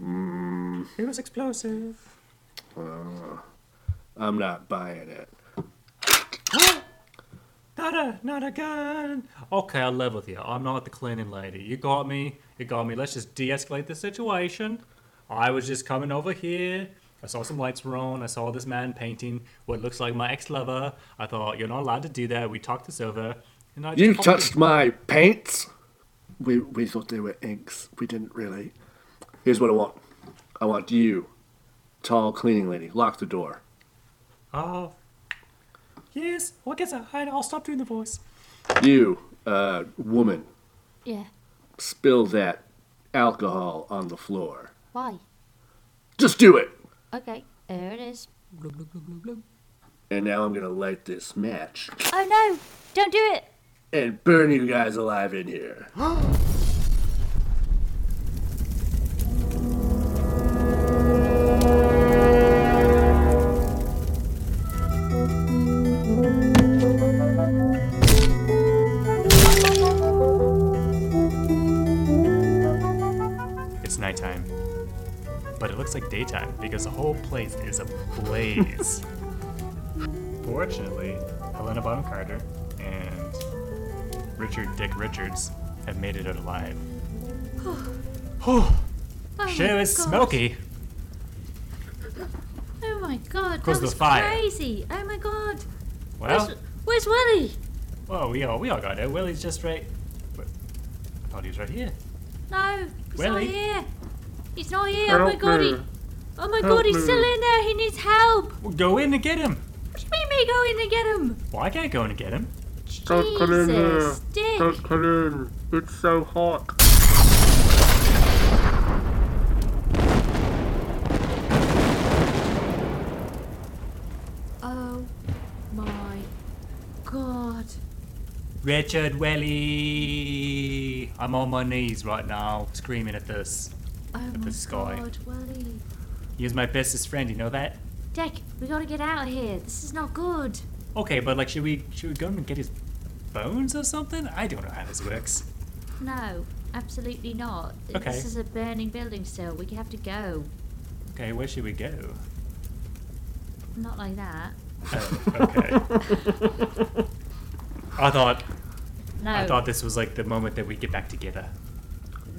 Speaker 3: It was explosive.
Speaker 2: I'm not buying it.
Speaker 3: Not a, not a gun. Okay, I live with you. I'm not the cleaning lady. You got me. You got me. Let's just de-escalate the situation. I was just coming over here. I saw some lights were on. I saw this man painting what looks like my ex-lover. I thought you're not allowed to do that. We talked this over. And I just
Speaker 2: You
Speaker 3: popped
Speaker 2: touched
Speaker 3: in.
Speaker 2: my paints. We we thought they were inks. We didn't really. Here's what I want. I want you, tall cleaning lady. Lock the door.
Speaker 3: Oh. Yes. Well, I guess I, I'll stop doing the voice.
Speaker 2: You, uh, woman,
Speaker 4: Yeah.
Speaker 2: spill that alcohol on the floor.
Speaker 4: Why?
Speaker 2: Just do it.
Speaker 4: Okay, there it is.
Speaker 2: And now I'm gonna light this match
Speaker 4: Oh no! Don't do it!
Speaker 2: and burn you guys alive in here.
Speaker 3: It's nighttime. But it looks like daytime because the whole place is ablaze. Fortunately, Helena Bonham Carter and Richard Dick Richards have made it out alive.
Speaker 4: Oh
Speaker 3: Sure
Speaker 4: my
Speaker 3: is
Speaker 4: God.
Speaker 3: smoky.
Speaker 4: Oh my god,
Speaker 3: Cause
Speaker 4: that
Speaker 3: the
Speaker 4: was
Speaker 3: fire.
Speaker 4: crazy! Oh my god!
Speaker 3: Well,
Speaker 4: Where's, where's Willie?
Speaker 3: well, we all we all got it. Willie's just right. Wait, I thought he was right here.
Speaker 4: No, he's
Speaker 3: Willie?
Speaker 4: not here! He's not here! oh my
Speaker 2: Help
Speaker 4: god,
Speaker 2: me.
Speaker 4: he, Oh my god, he's
Speaker 2: me.
Speaker 4: still in there! He needs help!
Speaker 3: Well, go in and get him.
Speaker 4: What do you mean me going to get him?
Speaker 3: Well, I can't go in and get him.
Speaker 1: Don't come in
Speaker 4: Jesus, Dick!
Speaker 1: come in. It's so hot.
Speaker 4: Oh
Speaker 3: Richard Welly. I'm on my knees right now, screaming at this.
Speaker 4: Oh
Speaker 3: At the
Speaker 4: my
Speaker 3: sky.
Speaker 4: god, Welly.
Speaker 3: He was my bestest friend. You know that?
Speaker 4: Deck, we gotta get out of here. This is not good.
Speaker 3: Okay, but like, should we should we go and get his bones or something? I don't know how this works.
Speaker 4: No, absolutely not.
Speaker 3: Okay.
Speaker 4: This is a burning building still. We have to go.
Speaker 3: Okay, where should we go?
Speaker 4: Not like that.
Speaker 3: Oh, okay. I thought
Speaker 4: No.
Speaker 3: I thought this was like the moment that we get back together.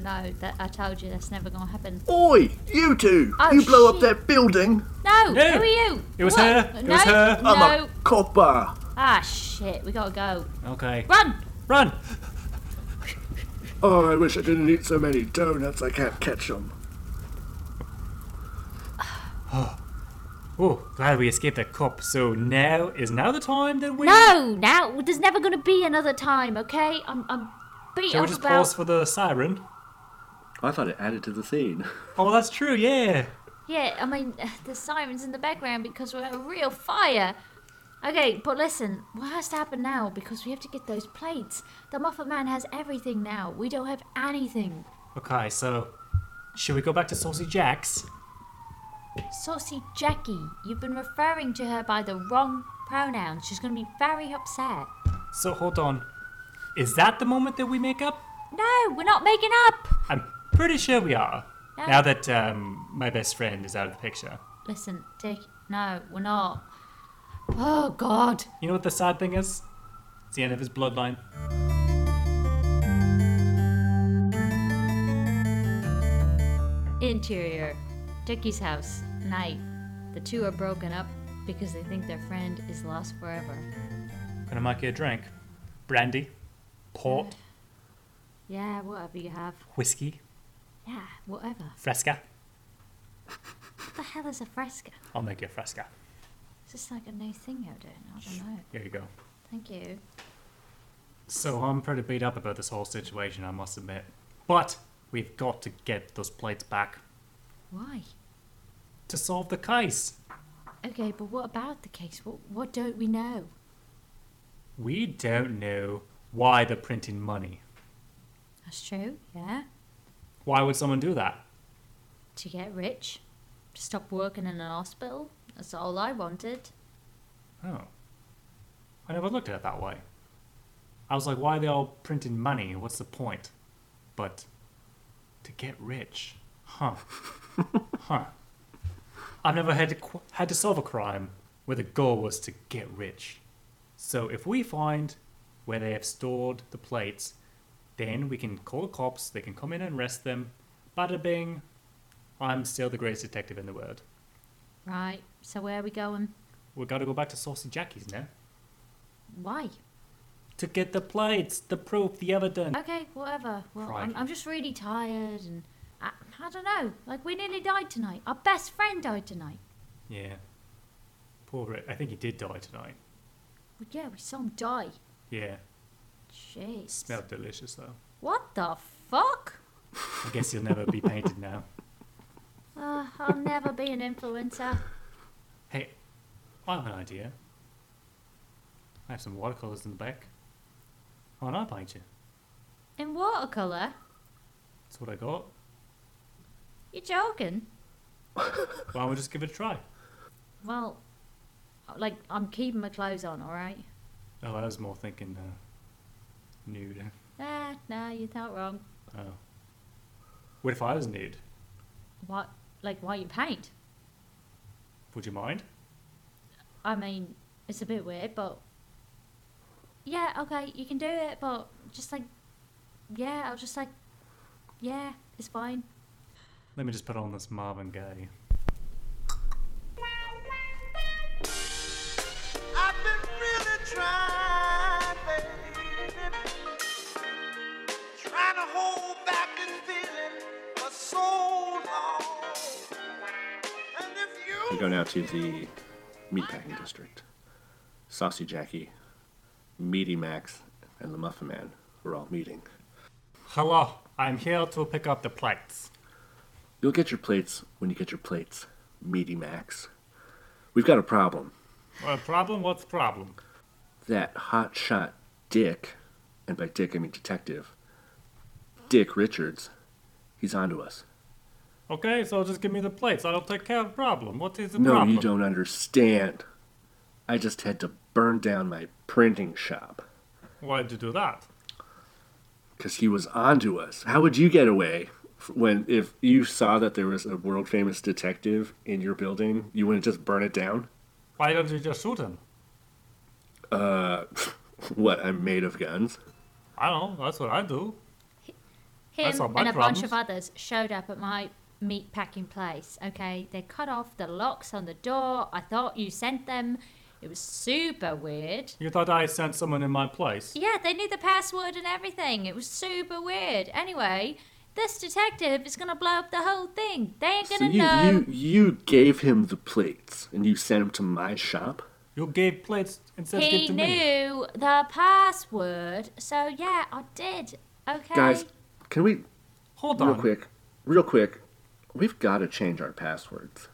Speaker 4: No, that I told you that's never gonna happen.
Speaker 2: Oi, you two!
Speaker 4: Oh,
Speaker 2: you blow up
Speaker 4: shit.
Speaker 2: that building!
Speaker 4: No,
Speaker 3: No.
Speaker 4: who are you?
Speaker 3: It was
Speaker 4: What?
Speaker 3: her. It
Speaker 4: No,
Speaker 3: was her.
Speaker 4: No.
Speaker 2: I'm a copper!
Speaker 4: Ah shit, we gotta go.
Speaker 3: Okay,
Speaker 4: Run!
Speaker 3: run!
Speaker 2: Oh, I wish I didn't eat so many donuts I can't catch them.
Speaker 3: Oh, glad we escaped that cop. So now is now the time that we
Speaker 4: No, now there's never gonna be another time, okay? I'm I'm beat
Speaker 3: Shall we
Speaker 4: up
Speaker 3: just
Speaker 4: about
Speaker 3: pause for the siren?
Speaker 2: I thought it added to the scene.
Speaker 3: Oh, that's true. Yeah.
Speaker 4: Yeah, I mean the sirens in the background because we're at a real fire. Okay, but listen, what has to happen now? Because we have to get those plates. The Muffet Man has everything now. We don't have anything.
Speaker 3: Okay, so should we go back to Saucy Jack's?
Speaker 4: Saucy Jackie, you've been referring to her by the wrong pronoun. She's gonna be very upset.
Speaker 3: So hold on. Is that the moment that we make up?
Speaker 4: No, we're not making up.
Speaker 3: I'm pretty sure we are.
Speaker 4: No.
Speaker 3: Now that um, my best friend is out of the picture.
Speaker 4: Listen, Dick, no, we're not. Oh, God.
Speaker 3: You know what the sad thing is? It's the end of his bloodline.
Speaker 4: Interior Dickie's house, night. The two are broken up because they think their friend is lost forever.
Speaker 3: Gonna make you a drink. Brandy, port,
Speaker 4: Yeah, whatever you have.
Speaker 3: whiskey,
Speaker 4: Yeah, whatever.
Speaker 3: fresca.
Speaker 4: What the hell is a fresca?
Speaker 3: I'll make you a fresca.
Speaker 4: Is this like a new thing you're doing? I don't know.
Speaker 3: Here you go.
Speaker 4: Thank you.
Speaker 3: So I'm pretty beat up about this whole situation, I must admit. But we've got to get those plates back
Speaker 4: Why?
Speaker 3: to solve the case.
Speaker 4: Okay, but what about the case? What, what don't we know?
Speaker 3: We don't know why they're printing money.
Speaker 4: That's true, yeah.
Speaker 3: Why would someone do that?
Speaker 4: To get rich, to stop working in an hospital. That's all I wanted.
Speaker 3: Oh. I never looked at it that way. I was like, why are they all printing money? What's the point? But to get rich. Huh. huh. I've never had to, qu- had to solve a crime where the goal was to get rich. So if we find where they have stored the plates, then we can call the cops, they can come in and arrest them. Bada bing. I'm still the greatest detective in the world.
Speaker 4: Right, so where are we going?
Speaker 3: We've got to go back to Saucy Jackie's now.
Speaker 4: Why?
Speaker 3: to get the plates, the proof, the evidence.
Speaker 4: Okay, whatever. Well, I'm,
Speaker 3: Crikey.
Speaker 4: I'm just really tired and I, I don't know. Like, we nearly died tonight. Our best friend died tonight.
Speaker 3: Yeah. Poor Rick. I think he did die tonight.
Speaker 4: Well, yeah, we saw him die.
Speaker 3: Yeah.
Speaker 4: Jeez.
Speaker 3: Smelled delicious though.
Speaker 4: What the fuck?
Speaker 3: I guess he'll never be painted now.
Speaker 4: Uh, I'll never be an influencer.
Speaker 3: Hey, I have an idea. I have some watercolors in the back. Why not paint you?
Speaker 4: In watercolour?
Speaker 3: That's what I got.
Speaker 4: You're joking.
Speaker 3: Why don't we just give it a try?
Speaker 4: Well, like, I'm keeping my clothes on, alright?
Speaker 3: Oh, I was more thinking uh, nude.
Speaker 4: Nah, nah, Eh, you're not wrong.
Speaker 3: Oh. What if I was nude?
Speaker 4: What? Like, why you paint?
Speaker 3: Would you mind?
Speaker 4: I mean, it's a bit weird, but yeah, okay, you can do it, but just like, yeah, I'll just like, yeah, it's fine.
Speaker 3: Let me just put on this Marvin Gaye.
Speaker 5: I've been really trying, baby. Trying to hold back and feeling for so long. And if
Speaker 2: We
Speaker 5: you
Speaker 2: go now to the meatpacking district. Saucy Jackie, Meaty Max, and the Muffin Man are all meeting.
Speaker 3: Hello, I'm here to pick up the plates.
Speaker 2: You'll get your plates when you get your plates, Meaty Max. We've got a problem.
Speaker 3: Well, problem? What's the problem?
Speaker 2: That hot shot dick and by Dick I mean detective, Dick Richards, he's onto us.
Speaker 3: Okay, so just give me the plates. I'll take care of the problem. What is the
Speaker 2: No,
Speaker 3: problem?
Speaker 2: you don't understand. I just had to burn down my printing shop
Speaker 3: Why did you do that?
Speaker 2: because he was onto us. How would you get away f- when if you saw that there was a world famous detective in your building? You wouldn't just burn it down.
Speaker 3: Why don't you just shoot him?
Speaker 2: Uh, What? I'm made of guns.
Speaker 3: I don't know. That's what I do. That's not
Speaker 4: Him
Speaker 3: my
Speaker 4: and a bunch
Speaker 3: problems.
Speaker 4: of others showed up at my meat packing place. Okay, they cut off the locks on the door. I thought you sent them. It was super weird.
Speaker 3: You thought I sent someone in my place.
Speaker 4: Yeah, they knew the password and everything. It was super weird. Anyway, this detective is gonna blow up the whole thing. They ain't
Speaker 2: So
Speaker 4: gonna
Speaker 2: you,
Speaker 4: know.
Speaker 2: you you gave him the plates and you sent him to my shop.
Speaker 3: You gave plates and said give
Speaker 4: He
Speaker 3: to me.
Speaker 4: knew the password, so yeah, I did. Okay.
Speaker 2: Guys, can we
Speaker 3: Hold
Speaker 2: real
Speaker 3: on.
Speaker 2: quick, real quick? We've got to change our passwords.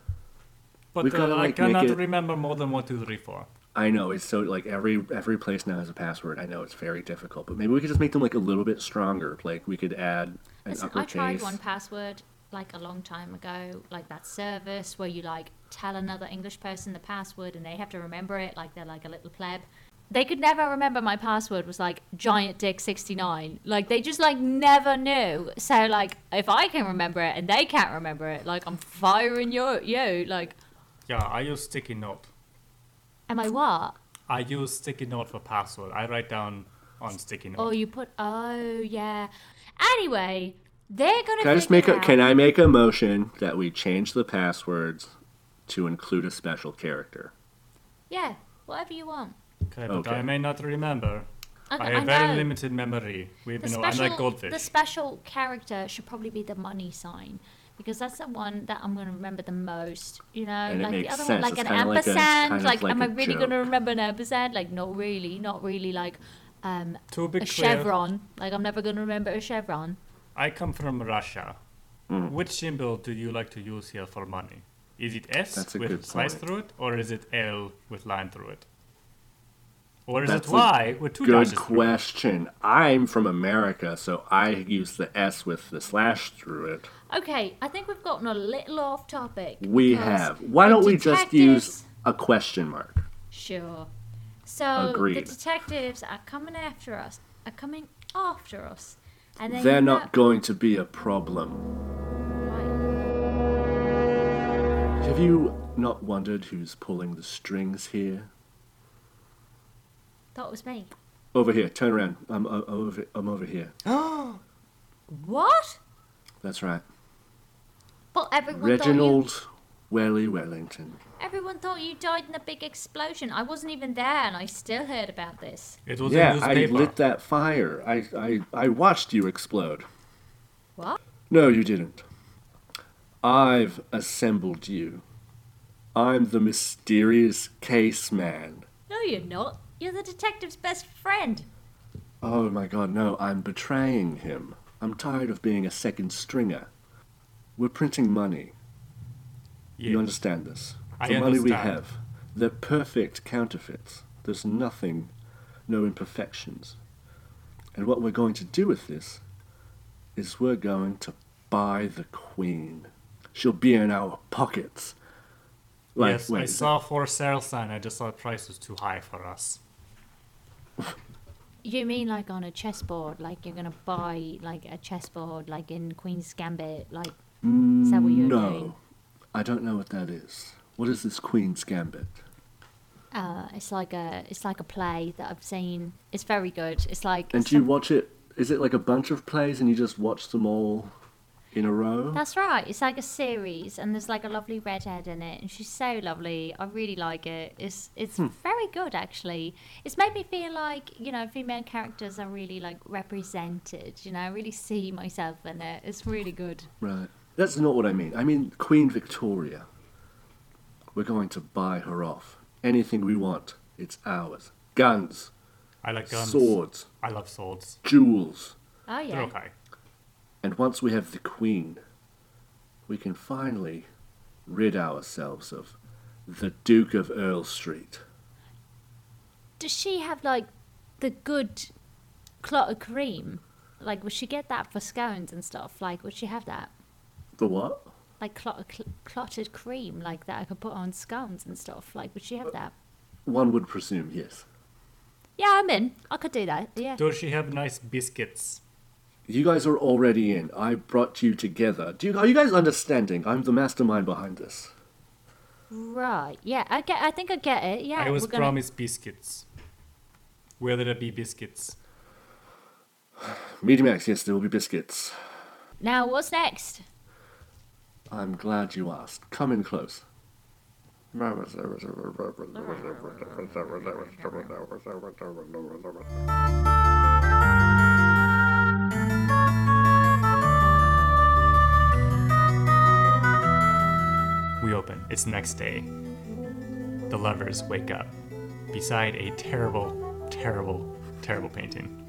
Speaker 3: But
Speaker 2: We've gotta,
Speaker 3: uh, I
Speaker 2: like, make
Speaker 3: cannot
Speaker 2: it-
Speaker 3: remember more than one, two, three, four.
Speaker 2: I know it's so like every every place now has a password. I know it's very difficult, but maybe we could just make them like a little bit stronger. Like we could add an
Speaker 4: Listen, I
Speaker 2: uppercase.
Speaker 4: tried one password like a long time ago, like that service where you like tell another English person the password and they have to remember it, like they're like a little pleb. They could never remember my password was like giant dick 69. Like they just like never knew. So like if I can remember it and they can't remember it, like I'm firing you you like
Speaker 3: Yeah, I use sticky note.
Speaker 4: am I what?
Speaker 3: I use sticky note for password. I write down on sticky note.
Speaker 4: Oh, you put oh yeah. Anyway, they're going to
Speaker 2: Can I just make a? Can I make a motion that we change the passwords to include a special character?
Speaker 4: Yeah, whatever you want.
Speaker 3: okay, but
Speaker 2: okay.
Speaker 3: I may not remember.
Speaker 4: Okay,
Speaker 3: I have
Speaker 4: I
Speaker 3: very
Speaker 4: know.
Speaker 3: limited memory. We,
Speaker 4: The
Speaker 3: you know, I'm
Speaker 4: special,
Speaker 3: like goldfish.
Speaker 4: the special character should probably be the money sign because that's the one that I'm going to remember the most. You know,
Speaker 2: And it
Speaker 4: like the
Speaker 2: makes
Speaker 4: other
Speaker 2: sense.
Speaker 4: one, like
Speaker 2: It's
Speaker 4: an
Speaker 2: kinda like a- it's
Speaker 4: ampersand.
Speaker 2: kind of
Speaker 4: like,
Speaker 2: like
Speaker 4: am I
Speaker 2: a
Speaker 4: really going to
Speaker 2: joke.
Speaker 4: remember an ampersand? Like, not really, not really. Like, um,
Speaker 3: to be clear,
Speaker 4: a chevron. Like, I'm never going to remember a chevron.
Speaker 3: I come from Russia.
Speaker 2: Hmm.
Speaker 3: Which symbol do you like to use here for money? Is it S
Speaker 2: That's a
Speaker 3: with
Speaker 2: good
Speaker 3: slice
Speaker 2: point.
Speaker 3: through it, or is it L with line through it? Or is
Speaker 2: That's
Speaker 3: it
Speaker 2: a
Speaker 3: Y with two dashes
Speaker 2: Good
Speaker 3: through it?
Speaker 2: question. I'm from America, so I use the S with the slash through it.
Speaker 4: Okay, I think we've gotten a little off topic.
Speaker 2: We
Speaker 4: because
Speaker 2: have. Why don't we just use
Speaker 4: detectives-
Speaker 2: a question mark?
Speaker 4: Sure. So
Speaker 2: Agreed.
Speaker 4: the detectives are coming after us. Are coming after us. And they
Speaker 2: They're
Speaker 4: end
Speaker 2: not
Speaker 4: up-
Speaker 2: going to be a problem.
Speaker 4: Right.
Speaker 2: Have you not wondered who's pulling the strings here?
Speaker 4: That was me.
Speaker 2: Over here, turn around. I'm, o over, I'm over here.
Speaker 4: What?
Speaker 2: That's right.
Speaker 4: But everyone
Speaker 2: Reginald Welly Wellington.
Speaker 4: thought you, everyone thought you died in the big explosion. I wasn't even there, and I still heard about this.
Speaker 3: It was a
Speaker 2: yeah, I
Speaker 3: newspaper.
Speaker 2: lit that fire. I, I, I watched you explode.
Speaker 4: What?
Speaker 2: No, you didn't. I've assembled you. I'm the mysterious case man.
Speaker 4: No, you're not. You're the detective's best friend.
Speaker 2: Oh my god, no, I'm betraying him. I'm tired of being a second stringer. We're printing money.
Speaker 3: Yeah.
Speaker 2: You understand this?
Speaker 3: I
Speaker 2: the money we
Speaker 3: understand.
Speaker 2: have, they're perfect counterfeits. There's nothing, no imperfections. And what we're going to do with this is we're going to buy the queen. She'll be in our pockets. Like,
Speaker 3: yes,
Speaker 2: wait,
Speaker 3: I
Speaker 2: is
Speaker 3: saw for sale sign. I just saw the price was too high for us.
Speaker 4: You mean like on a chessboard? Like you're gonna buy like a chessboard, like in Queen's Gambit? Like is that what
Speaker 2: that-
Speaker 4: you're doing?
Speaker 2: no, I don't know what that is. What is this queen's gambit?
Speaker 4: Uh, it's like a it's like a play that I've seen. It's very good. It's like
Speaker 2: And do you
Speaker 4: some-
Speaker 2: watch it? Is it like a bunch of plays and you just watch them all in a row?
Speaker 4: That's right. It's like a series, and there's like a lovely redhead in it, and she's so lovely. I really like it. It's it's very good actually. It's made me feel like you know female characters are really like represented. You know, I really see myself in it. It's really good.
Speaker 2: Right. That's not what I mean. I mean Queen Victoria. We're going to buy her off. Anything we want, it's ours. Guns,
Speaker 3: I like guns.
Speaker 2: swords,
Speaker 3: I love swords.
Speaker 2: jewels.
Speaker 4: Oh
Speaker 3: They're
Speaker 4: yeah.
Speaker 3: okay.
Speaker 2: And once we have the Queen, we can finally rid ourselves of the Duke of Earl Street.
Speaker 4: Does she have like the good clot of cream? Like, would she get that for scones and stuff? Like, would she have that?
Speaker 2: The what?
Speaker 4: Like clot of cl- clotted cream, like that I could put on scones and stuff. Like, would she have that?
Speaker 2: One would presume, yes.
Speaker 4: Yeah, I'm in. I could do that. Yeah.
Speaker 3: Does she have nice biscuits?
Speaker 2: You guys are already in. I brought you together. Do you, are you guys understanding? I'm the mastermind behind this.
Speaker 4: Right. Yeah. I get. I think I get it. Yeah.
Speaker 3: I was
Speaker 4: we're gonna-
Speaker 3: promised biscuits. Whether it be biscuits.
Speaker 2: Medium Max, yes, there will be biscuits.
Speaker 4: Now, what's next?
Speaker 2: I'm glad you asked. Come in close.
Speaker 3: We open. It's next day. The lovers wake up beside a terrible, terrible, terrible painting.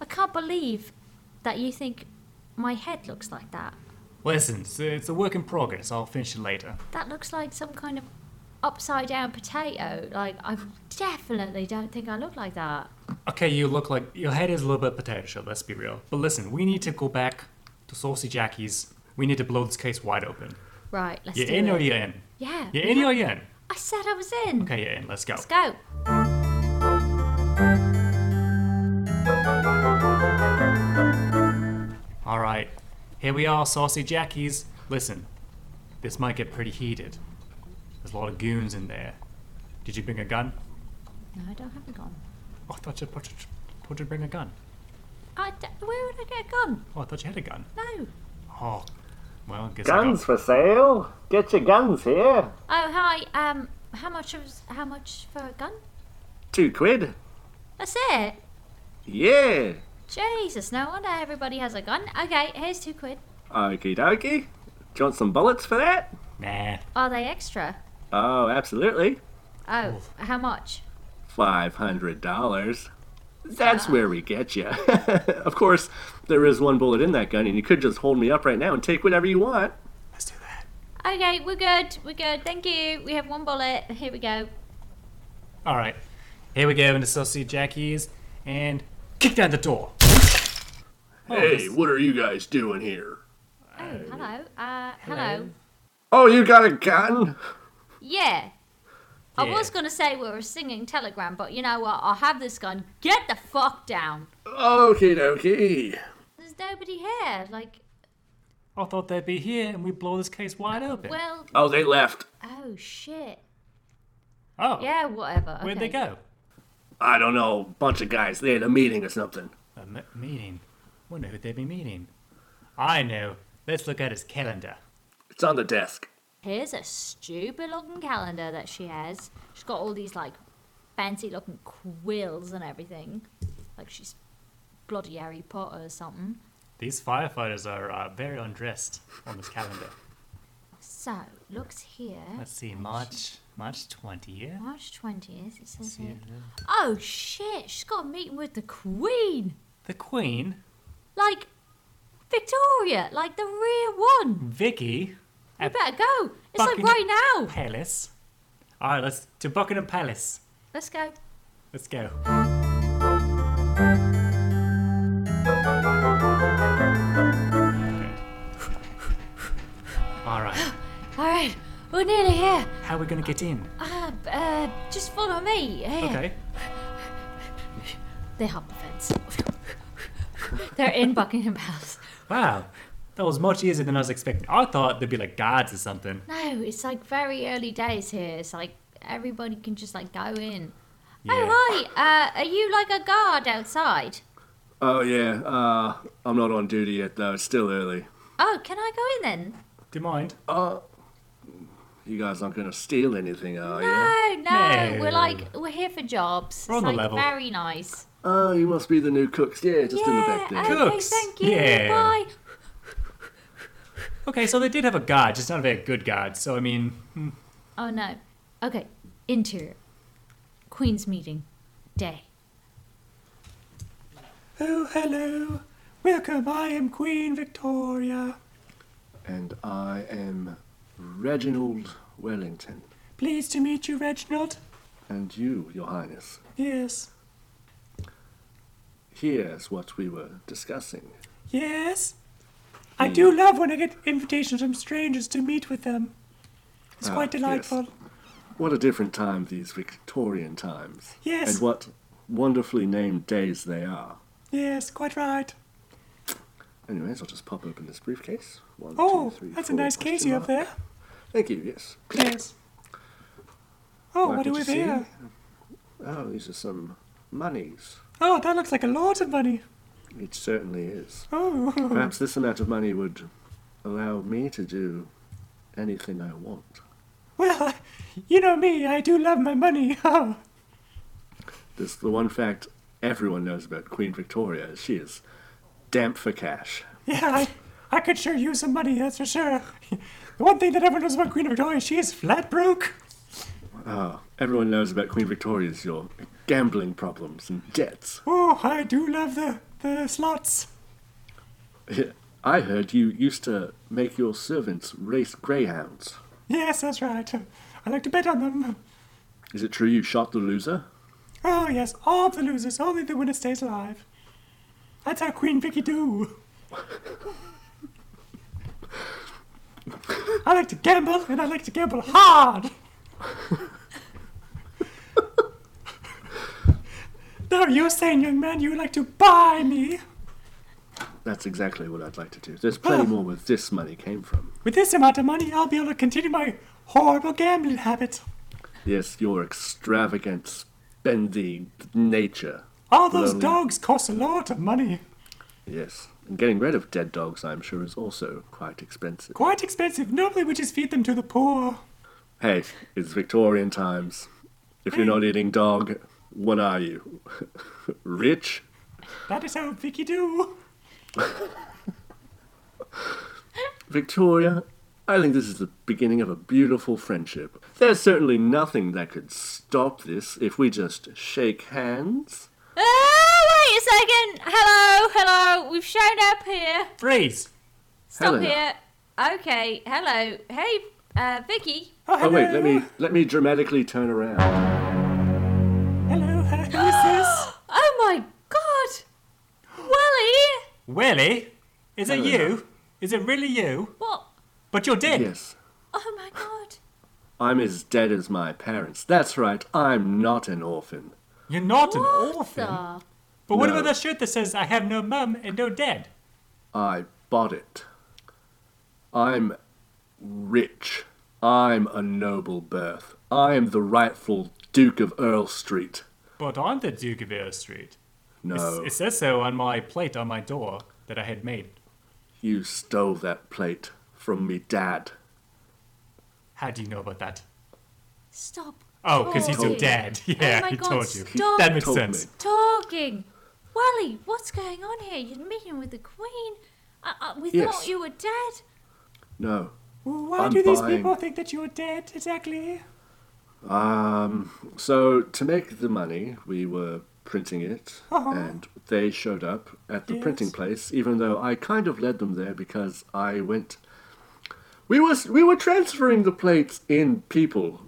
Speaker 4: I can't believe that you think my head looks like that.
Speaker 3: Listen, it's, it's a work in progress. I'll finish it later.
Speaker 4: That looks like some kind of upside down potato. Like I definitely don't think I look like that.
Speaker 3: Okay, you look like your head is a little bit potato shell, let's be real. But listen, we need to go back to Saucy Jackie's. We need to blow this case wide open.
Speaker 4: Right. Let's
Speaker 3: You're
Speaker 4: do
Speaker 3: in
Speaker 4: it.
Speaker 3: or you're in?
Speaker 4: Yeah.
Speaker 3: You're in or you're in?
Speaker 4: I said I was in.
Speaker 3: Okay, you're in. Let's go.
Speaker 4: Let's go.
Speaker 3: All right, here we are, Saucy Jackies. Listen, this might get pretty heated. There's a lot of goons in there. Did you bring a gun?
Speaker 4: No, I don't have a gun.
Speaker 3: Oh, I thought you, thought you, thought you bring a gun.
Speaker 4: I d- where would I get a gun?
Speaker 3: Oh, I thought you had a gun.
Speaker 4: No.
Speaker 3: Oh, well, I guess I
Speaker 2: for sale? Get your guns here.
Speaker 4: Oh hi. Um, how much was how much for a gun?
Speaker 2: Two quid?
Speaker 4: That's it.
Speaker 2: Yeah.
Speaker 4: Jesus, no wonder everybody has a gun. Okay, here's two quid.
Speaker 2: Okie dokie. Do you want some bullets for that?
Speaker 3: got. Nah.
Speaker 4: Are they extra?
Speaker 2: Oh, absolutely.
Speaker 4: Oh, how much?
Speaker 2: five hundred dollars. That's where we get you. of course, there is one bullet in that gun, and you could just hold me up right now and take whatever you want.
Speaker 3: Let's do that.
Speaker 4: Okay, we're good. We're good. Thank you. We have one bullet. Here we go.
Speaker 3: All right, here we go into Saucy Jackies and kick down the door. Oh, this-
Speaker 2: what are you guys doing here?
Speaker 4: Oh, hello. Uh, hello.
Speaker 2: Oh, you got a gun?
Speaker 4: Yeah. I
Speaker 3: Yeah.
Speaker 4: was gonna say we were singing Telegram, but you know what? I'll have this gun. Get the fuck down.
Speaker 2: Okie dokie.
Speaker 4: There's nobody here. Like,
Speaker 3: I thought they'd be here and we blow this case wide open.
Speaker 4: well,
Speaker 2: Oh, they left.
Speaker 4: oh shit.
Speaker 3: oh,
Speaker 4: Yeah, whatever.
Speaker 3: where'd they
Speaker 4: okay.
Speaker 3: go?
Speaker 2: I don't know, bunch of guys. They had a meeting or something.
Speaker 3: A m- meeting. Wonder who they'd be meeting. I know. Let's look at his calendar.
Speaker 2: It's on the desk.
Speaker 4: Here's a stupid looking calendar that she has. She's got all these like fancy looking quills and everything. Like she's bloody Harry Potter or something.
Speaker 3: These firefighters are uh, very undressed on this calendar.
Speaker 4: So, looks here.
Speaker 3: Let's see, March March 20th.
Speaker 4: March 20th, it says
Speaker 3: See,
Speaker 4: here. Oh shit, she's got a meeting with the Queen!
Speaker 3: The Queen,
Speaker 4: Like, Victoria, like the real one!
Speaker 3: Vicky,
Speaker 4: We
Speaker 3: At
Speaker 4: better go! It's like
Speaker 3: Buckingham-
Speaker 4: right now!
Speaker 3: Palace. All right, let's to Buckingham Palace.
Speaker 4: Let's go.
Speaker 3: Let's go. All right,
Speaker 4: Alright, we're nearly here.
Speaker 3: how are we gonna get in?
Speaker 4: Uh, uh, just follow me. Here.
Speaker 3: Okay.
Speaker 4: They hop the fence. They're in Buckingham Palace.
Speaker 3: Wow, that was much easier than I was expecting. I thought there'd be like guards or something.
Speaker 4: No, it's like very early days here. It's like everybody can just like go in.
Speaker 3: Yeah.
Speaker 4: Oh hi, uh, are you like a guard outside?
Speaker 2: Oh yeah. Uh, I'm not on duty yet though. It's still early.
Speaker 4: Oh, can I go in then?
Speaker 3: Do you mind?
Speaker 2: Uh, you guys aren't gonna steal anything, are you?
Speaker 4: No, no,
Speaker 3: No.
Speaker 4: we're like we're here for jobs.
Speaker 3: We're on
Speaker 4: it's
Speaker 3: the
Speaker 4: like
Speaker 3: level.
Speaker 4: very nice.
Speaker 2: Oh, you must be the new cooks. Yeah, just
Speaker 4: yeah,
Speaker 2: in the back there.
Speaker 4: okay,
Speaker 3: Cooks.
Speaker 4: thank you.
Speaker 3: Yeah.
Speaker 4: Bye.
Speaker 3: Okay, so they did have a guard, just not a very good guard. So I mean,
Speaker 4: Oh no. Okay, interior. Queen's meeting, day.
Speaker 3: oh hello, welcome. I am Queen Victoria.
Speaker 2: And I am Reginald Wellington.
Speaker 3: Pleased to meet you, Reginald.
Speaker 2: And you, Your Highness.
Speaker 3: Yes.
Speaker 2: here's what we were discussing. Hmm.
Speaker 6: Yes. I do love when I get invitations from strangers to meet with them. It's
Speaker 2: Ah,
Speaker 6: quite
Speaker 2: yes.
Speaker 6: delightful.
Speaker 2: What a different time these Victorian times.
Speaker 6: Yes.
Speaker 2: And what wonderfully named days they are.
Speaker 6: Yes, quite right.
Speaker 2: Anyways, I'll just pop open this briefcase. One, two,
Speaker 6: Oh,
Speaker 2: three,
Speaker 6: that's a
Speaker 2: four,
Speaker 6: nice case
Speaker 2: question
Speaker 6: you have
Speaker 2: mark.
Speaker 6: there.
Speaker 2: Thank you, yes.
Speaker 6: Yes. Oh,
Speaker 2: Mark,
Speaker 6: what do
Speaker 2: did
Speaker 6: we
Speaker 2: you
Speaker 6: have
Speaker 2: see?
Speaker 6: here?
Speaker 2: Oh, these are some monies.
Speaker 6: Oh, that looks like a lot of money.
Speaker 2: It certainly is.
Speaker 6: Oh,
Speaker 2: Perhaps this amount of money would allow me to do anything I want.
Speaker 6: well, you know me, I do love my money. Oh,
Speaker 2: This is the one fact everyone knows about Queen Victoria. is She is damp for cash.
Speaker 6: yeah, I, I could sure use some money, that's for sure. The one thing that everyone knows about Queen Victoria, she is flat broke.
Speaker 2: Oh, everyone knows about Queen Victoria's your gambling problems and debts.
Speaker 6: Oh, I do love the, the slots.
Speaker 2: I heard you used to make your servants race greyhounds.
Speaker 6: Yes, that's right. I like to bet on them.
Speaker 2: Is it true you shot the loser?
Speaker 6: Oh, yes, all the losers, only the winner stays alive. That's how Queen Vicky do. I like to gamble, and I like to gamble hard. no, you're saying, young man, you like to buy me.
Speaker 2: That's exactly what I'd like to do. There's plenty more where this money came from.
Speaker 6: With this amount of money, I'll be able to continue my horrible gambling habit.
Speaker 2: Yes, your extravagant, spendy nature.
Speaker 6: All those
Speaker 2: Lovely.
Speaker 6: dogs cost a lot of money.
Speaker 2: Yes. And getting rid of dead dogs, I'm sure, is also quite expensive.
Speaker 6: Quite expensive. Normally, we just feed them to the poor.
Speaker 2: Hey, it's Victorian times. If you're not eating dog, what are you? Rich?
Speaker 6: That is how Vicky do.
Speaker 2: Victoria, I think this is the beginning of a beautiful friendship. There's certainly nothing that could stop this if we just shake hands.
Speaker 4: Oh, wait a second. Hello, hello. We've shown up here.
Speaker 3: Freeze!
Speaker 4: Stop
Speaker 2: Helena.
Speaker 4: here. Okay, hello. Hey, uh, Vicky.
Speaker 2: Oh wait, let me let me dramatically turn around.
Speaker 6: Hello, who is this?
Speaker 4: Oh my god. Willie.
Speaker 3: Willie? Is it
Speaker 2: Hello.
Speaker 3: you? Is it really you?
Speaker 4: What?
Speaker 3: But you're dead.
Speaker 2: Yes.
Speaker 4: Oh my god.
Speaker 2: I'm as dead as my parents. That's right, I'm not an orphan.
Speaker 3: You're not an
Speaker 4: What
Speaker 3: orphan.
Speaker 4: the-
Speaker 3: But what
Speaker 2: No.
Speaker 3: about that shirt that says, I have no mum and no dad?
Speaker 2: I bought it. I'm rich. I'm a noble birth. I am the rightful Duke of Earl Street.
Speaker 3: But I'm the Duke of Earl Street.
Speaker 2: No,
Speaker 3: It says so on my plate on my door that I had made.
Speaker 2: you stole that plate from me dad.
Speaker 3: How do you know about that?
Speaker 4: Stop
Speaker 3: Oh, because he's your
Speaker 4: Told.
Speaker 3: dad. Yeah,
Speaker 4: Oh my
Speaker 3: he
Speaker 4: God,
Speaker 3: told you.
Speaker 4: stop.
Speaker 3: That makes
Speaker 2: Told
Speaker 3: sense.
Speaker 2: me.
Speaker 4: talking. Willie, what's going on here? You're meeting with the Queen.
Speaker 7: Uh,
Speaker 4: I, I, we
Speaker 2: Yes.
Speaker 4: thought you were dead.
Speaker 2: No.
Speaker 6: Why
Speaker 2: I'm
Speaker 6: do these
Speaker 2: buying-
Speaker 6: people think that you're dead exactly?
Speaker 2: Um, so to make the money, we were printing it,
Speaker 6: Uh-huh.
Speaker 2: and they showed up at the printing
Speaker 6: Yes.
Speaker 2: place. Even though I kind of led them there because I went. We was we were transferring the plates in people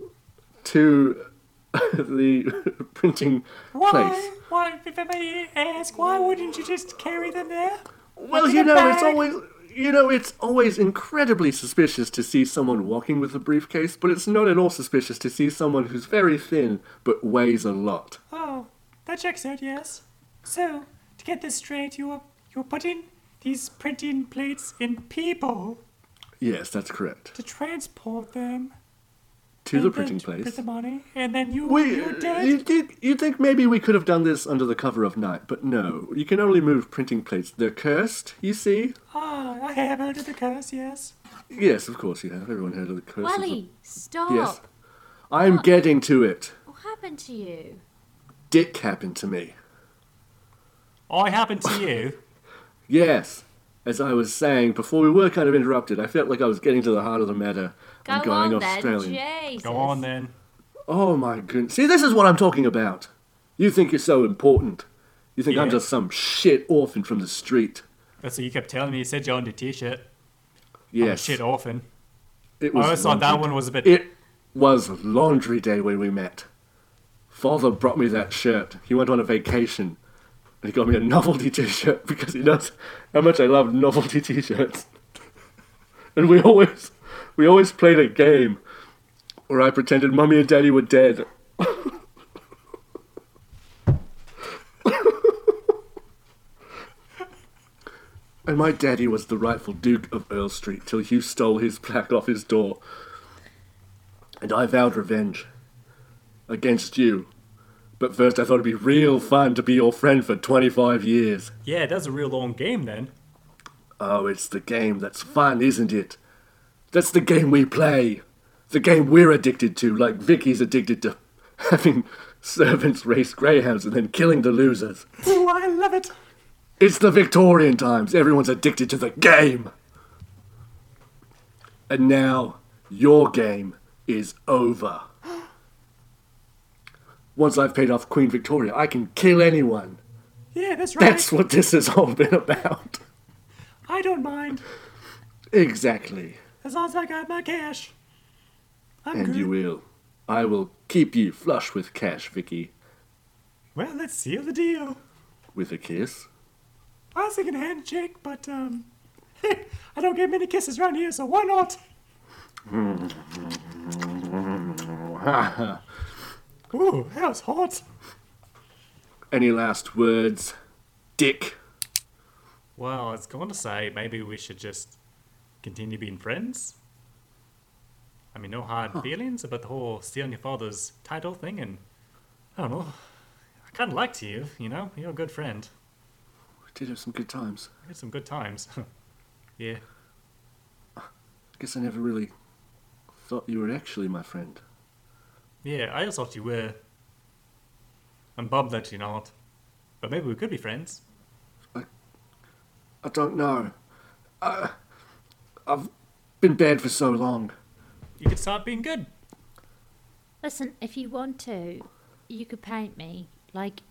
Speaker 2: to the printing
Speaker 6: Why?
Speaker 2: place.
Speaker 6: Why, if I may ask, why wouldn't you just carry them there?
Speaker 2: Well,
Speaker 6: in
Speaker 2: you
Speaker 6: a
Speaker 2: know, it's
Speaker 6: bag.
Speaker 2: always you know, it's always incredibly suspicious to see someone walking with a briefcase, but it's not at all suspicious to see someone who's very thin but weighs a lot.
Speaker 6: Oh, that checks out, yes. So, to get this straight, you are you're putting these printing plates in people
Speaker 2: Yes, that's correct.
Speaker 6: to transport them
Speaker 2: To
Speaker 6: and
Speaker 2: the
Speaker 6: then
Speaker 2: printing
Speaker 6: to Print
Speaker 2: place. uh,
Speaker 6: the money, and then you
Speaker 2: We,
Speaker 6: you're dead.
Speaker 2: you think you think maybe we could have done this under the cover of night, but no. You can only move printing plates. They're cursed, you see.
Speaker 6: Ah, I have heard of the curse, yes.
Speaker 2: Yes, of course you have. Everyone heard of the curse. of the-
Speaker 4: Willie, stop.
Speaker 2: Yes. I'm getting to it.
Speaker 4: What happened to you?
Speaker 2: Dick happened to me.
Speaker 3: I happened to you.
Speaker 2: Yes. As I was saying before, we were kind of interrupted. I felt like I was getting to the heart of the matter.
Speaker 4: Go
Speaker 2: I'm
Speaker 4: on
Speaker 2: going Australian.
Speaker 4: then, Jesus.
Speaker 3: Go on then.
Speaker 2: Oh my goodness. See, this is what I'm talking about. You think you're so important. You think I'm
Speaker 3: Yeah.
Speaker 2: just some shit orphan from the street.
Speaker 3: That's what you kept telling me. You said you owned a t-shirt. I'm a
Speaker 2: Yes.
Speaker 3: shit orphan.
Speaker 2: It
Speaker 3: I
Speaker 2: was
Speaker 3: always thought that
Speaker 2: laundry
Speaker 3: one was a bit...
Speaker 2: It was laundry day when we met. Father brought me that shirt. He went on a vacation. And he got me a novelty t shirt because he knows how much I love novelty t shirts. And we always we always played a game where I pretended mummy and daddy were dead. and my daddy was the rightful Duke of Earl Street till you stole his plaque off his door. And I vowed revenge against you. But first, I thought it'd be real fun to be your friend for 25 years.
Speaker 3: Yeah, that's a real long game then.
Speaker 2: Oh, it's the game that's fun, isn't it? That's the game we play. The game we're addicted to, like Vicky's addicted to having servants race greyhounds and then killing the losers.
Speaker 6: Oh, I love it.
Speaker 2: It's the Victorian times. Everyone's addicted to the game. And now your game is over. Once I've paid off Queen Victoria, I can kill anyone.
Speaker 6: Yeah, that's right.
Speaker 2: That's what this has all been about.
Speaker 6: I don't mind
Speaker 2: Exactly.
Speaker 6: as long as I got my cash. I'm
Speaker 2: And
Speaker 6: good.
Speaker 2: you will. I will keep you flush with cash, Vicky.
Speaker 6: Well, let's seal the deal.
Speaker 2: With a kiss.
Speaker 6: I was thinking handshake, but um, I don't get many kisses around here, so why not? Ooh, that was hot.
Speaker 2: Any last words? Dick.
Speaker 3: Well, I was going to say maybe we should just continue being friends. I mean, no hard feelings about the whole stealing your father's title thing, and I don't know. I kind of liked you, you know? You're a good friend.
Speaker 2: We did have some good times.
Speaker 3: We had some good times. yeah.
Speaker 2: Guess I never really thought you were actually my friend.
Speaker 3: Yeah, I also thought you were. I'm bummed that you're not. But maybe we could be friends.
Speaker 2: I don't know. I, I've been bad for so long.
Speaker 3: You could start being good.
Speaker 7: Listen, if you want to, you could paint me. Like,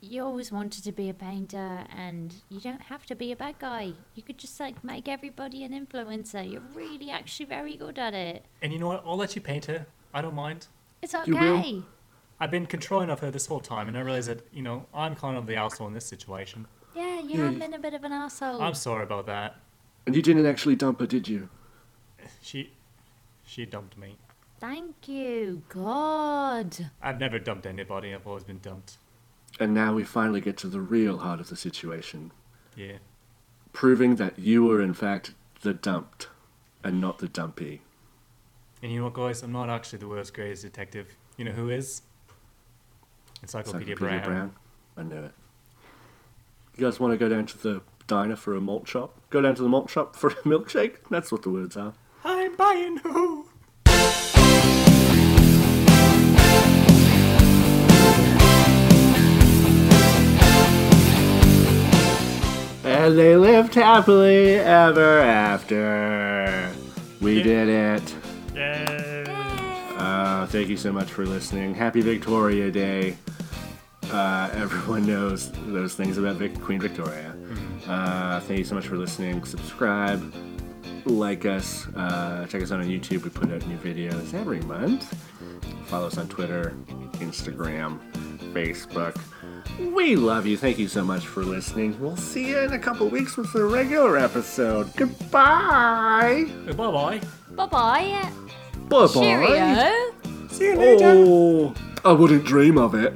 Speaker 7: you always wanted to be a painter, and you don't have to be a bad guy. You could just, like, make everybody an influencer. You're really actually very good at it.
Speaker 3: And you know what? I'll let you paint her. I don't mind.
Speaker 7: It's
Speaker 2: You will?
Speaker 7: okay.
Speaker 3: I've been controlling of her this whole time, and I realize that, you know, I'm kind of the asshole in this situation.
Speaker 7: Yeah, you
Speaker 2: Yeah,
Speaker 7: have
Speaker 2: you-
Speaker 7: been a bit of an asshole.
Speaker 4: Oh.
Speaker 3: I'm sorry about that.
Speaker 2: And you didn't actually dump her, did you?
Speaker 3: She she dumped me.
Speaker 7: Thank you, God.
Speaker 3: I've never dumped anybody. I've always been dumped.
Speaker 2: And now we finally get to the real heart of the situation,
Speaker 3: Yeah.
Speaker 2: proving that you were in fact the dumped, and not the dumpy.
Speaker 3: And you know what, guys? I'm not actually the world's greatest detective. You know who is? Encyclopedia, Brown.
Speaker 2: I knew it. You guys want to go down to the diner for a malt shop? Go down to the malt shop for a milkshake? That's what the words are.
Speaker 6: I'm buying. Ooh.
Speaker 2: And they lived happily ever after. We did it. Uh, thank you so much for listening. Happy Victoria Day. Uh, everyone knows those things about Vic- Queen Victoria. Uh, thank you so much for listening. Subscribe, like us, uh, check us out on YouTube. We put out new videos every month. Follow us on Twitter, Instagram, Facebook. We love you. Thank you so much for listening. We'll see you in a couple weeks with a regular episode. Goodbye.
Speaker 3: Bye bye.
Speaker 4: Bye bye.
Speaker 2: Bye bye.
Speaker 4: Cheerio.
Speaker 6: See you later.
Speaker 2: Oh, I wouldn't dream of it.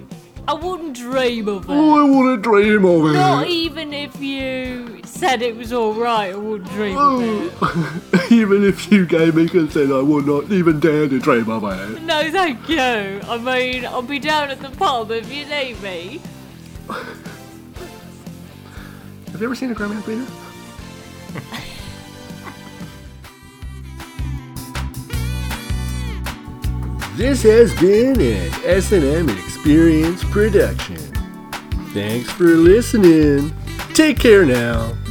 Speaker 2: Oh,
Speaker 4: I wouldn't dream of it.
Speaker 2: I wouldn't dream of it.
Speaker 4: Not even if you said it was alright, I wouldn't dream of it.
Speaker 2: even if you gave me consent, I would not even dare to dream of it.
Speaker 4: No, thank you. I mean, I'll be down at the pub if you need me.
Speaker 2: Have you ever seen a Graham Peter? this has been an S&M Experience production. Thanks for listening. Take care now.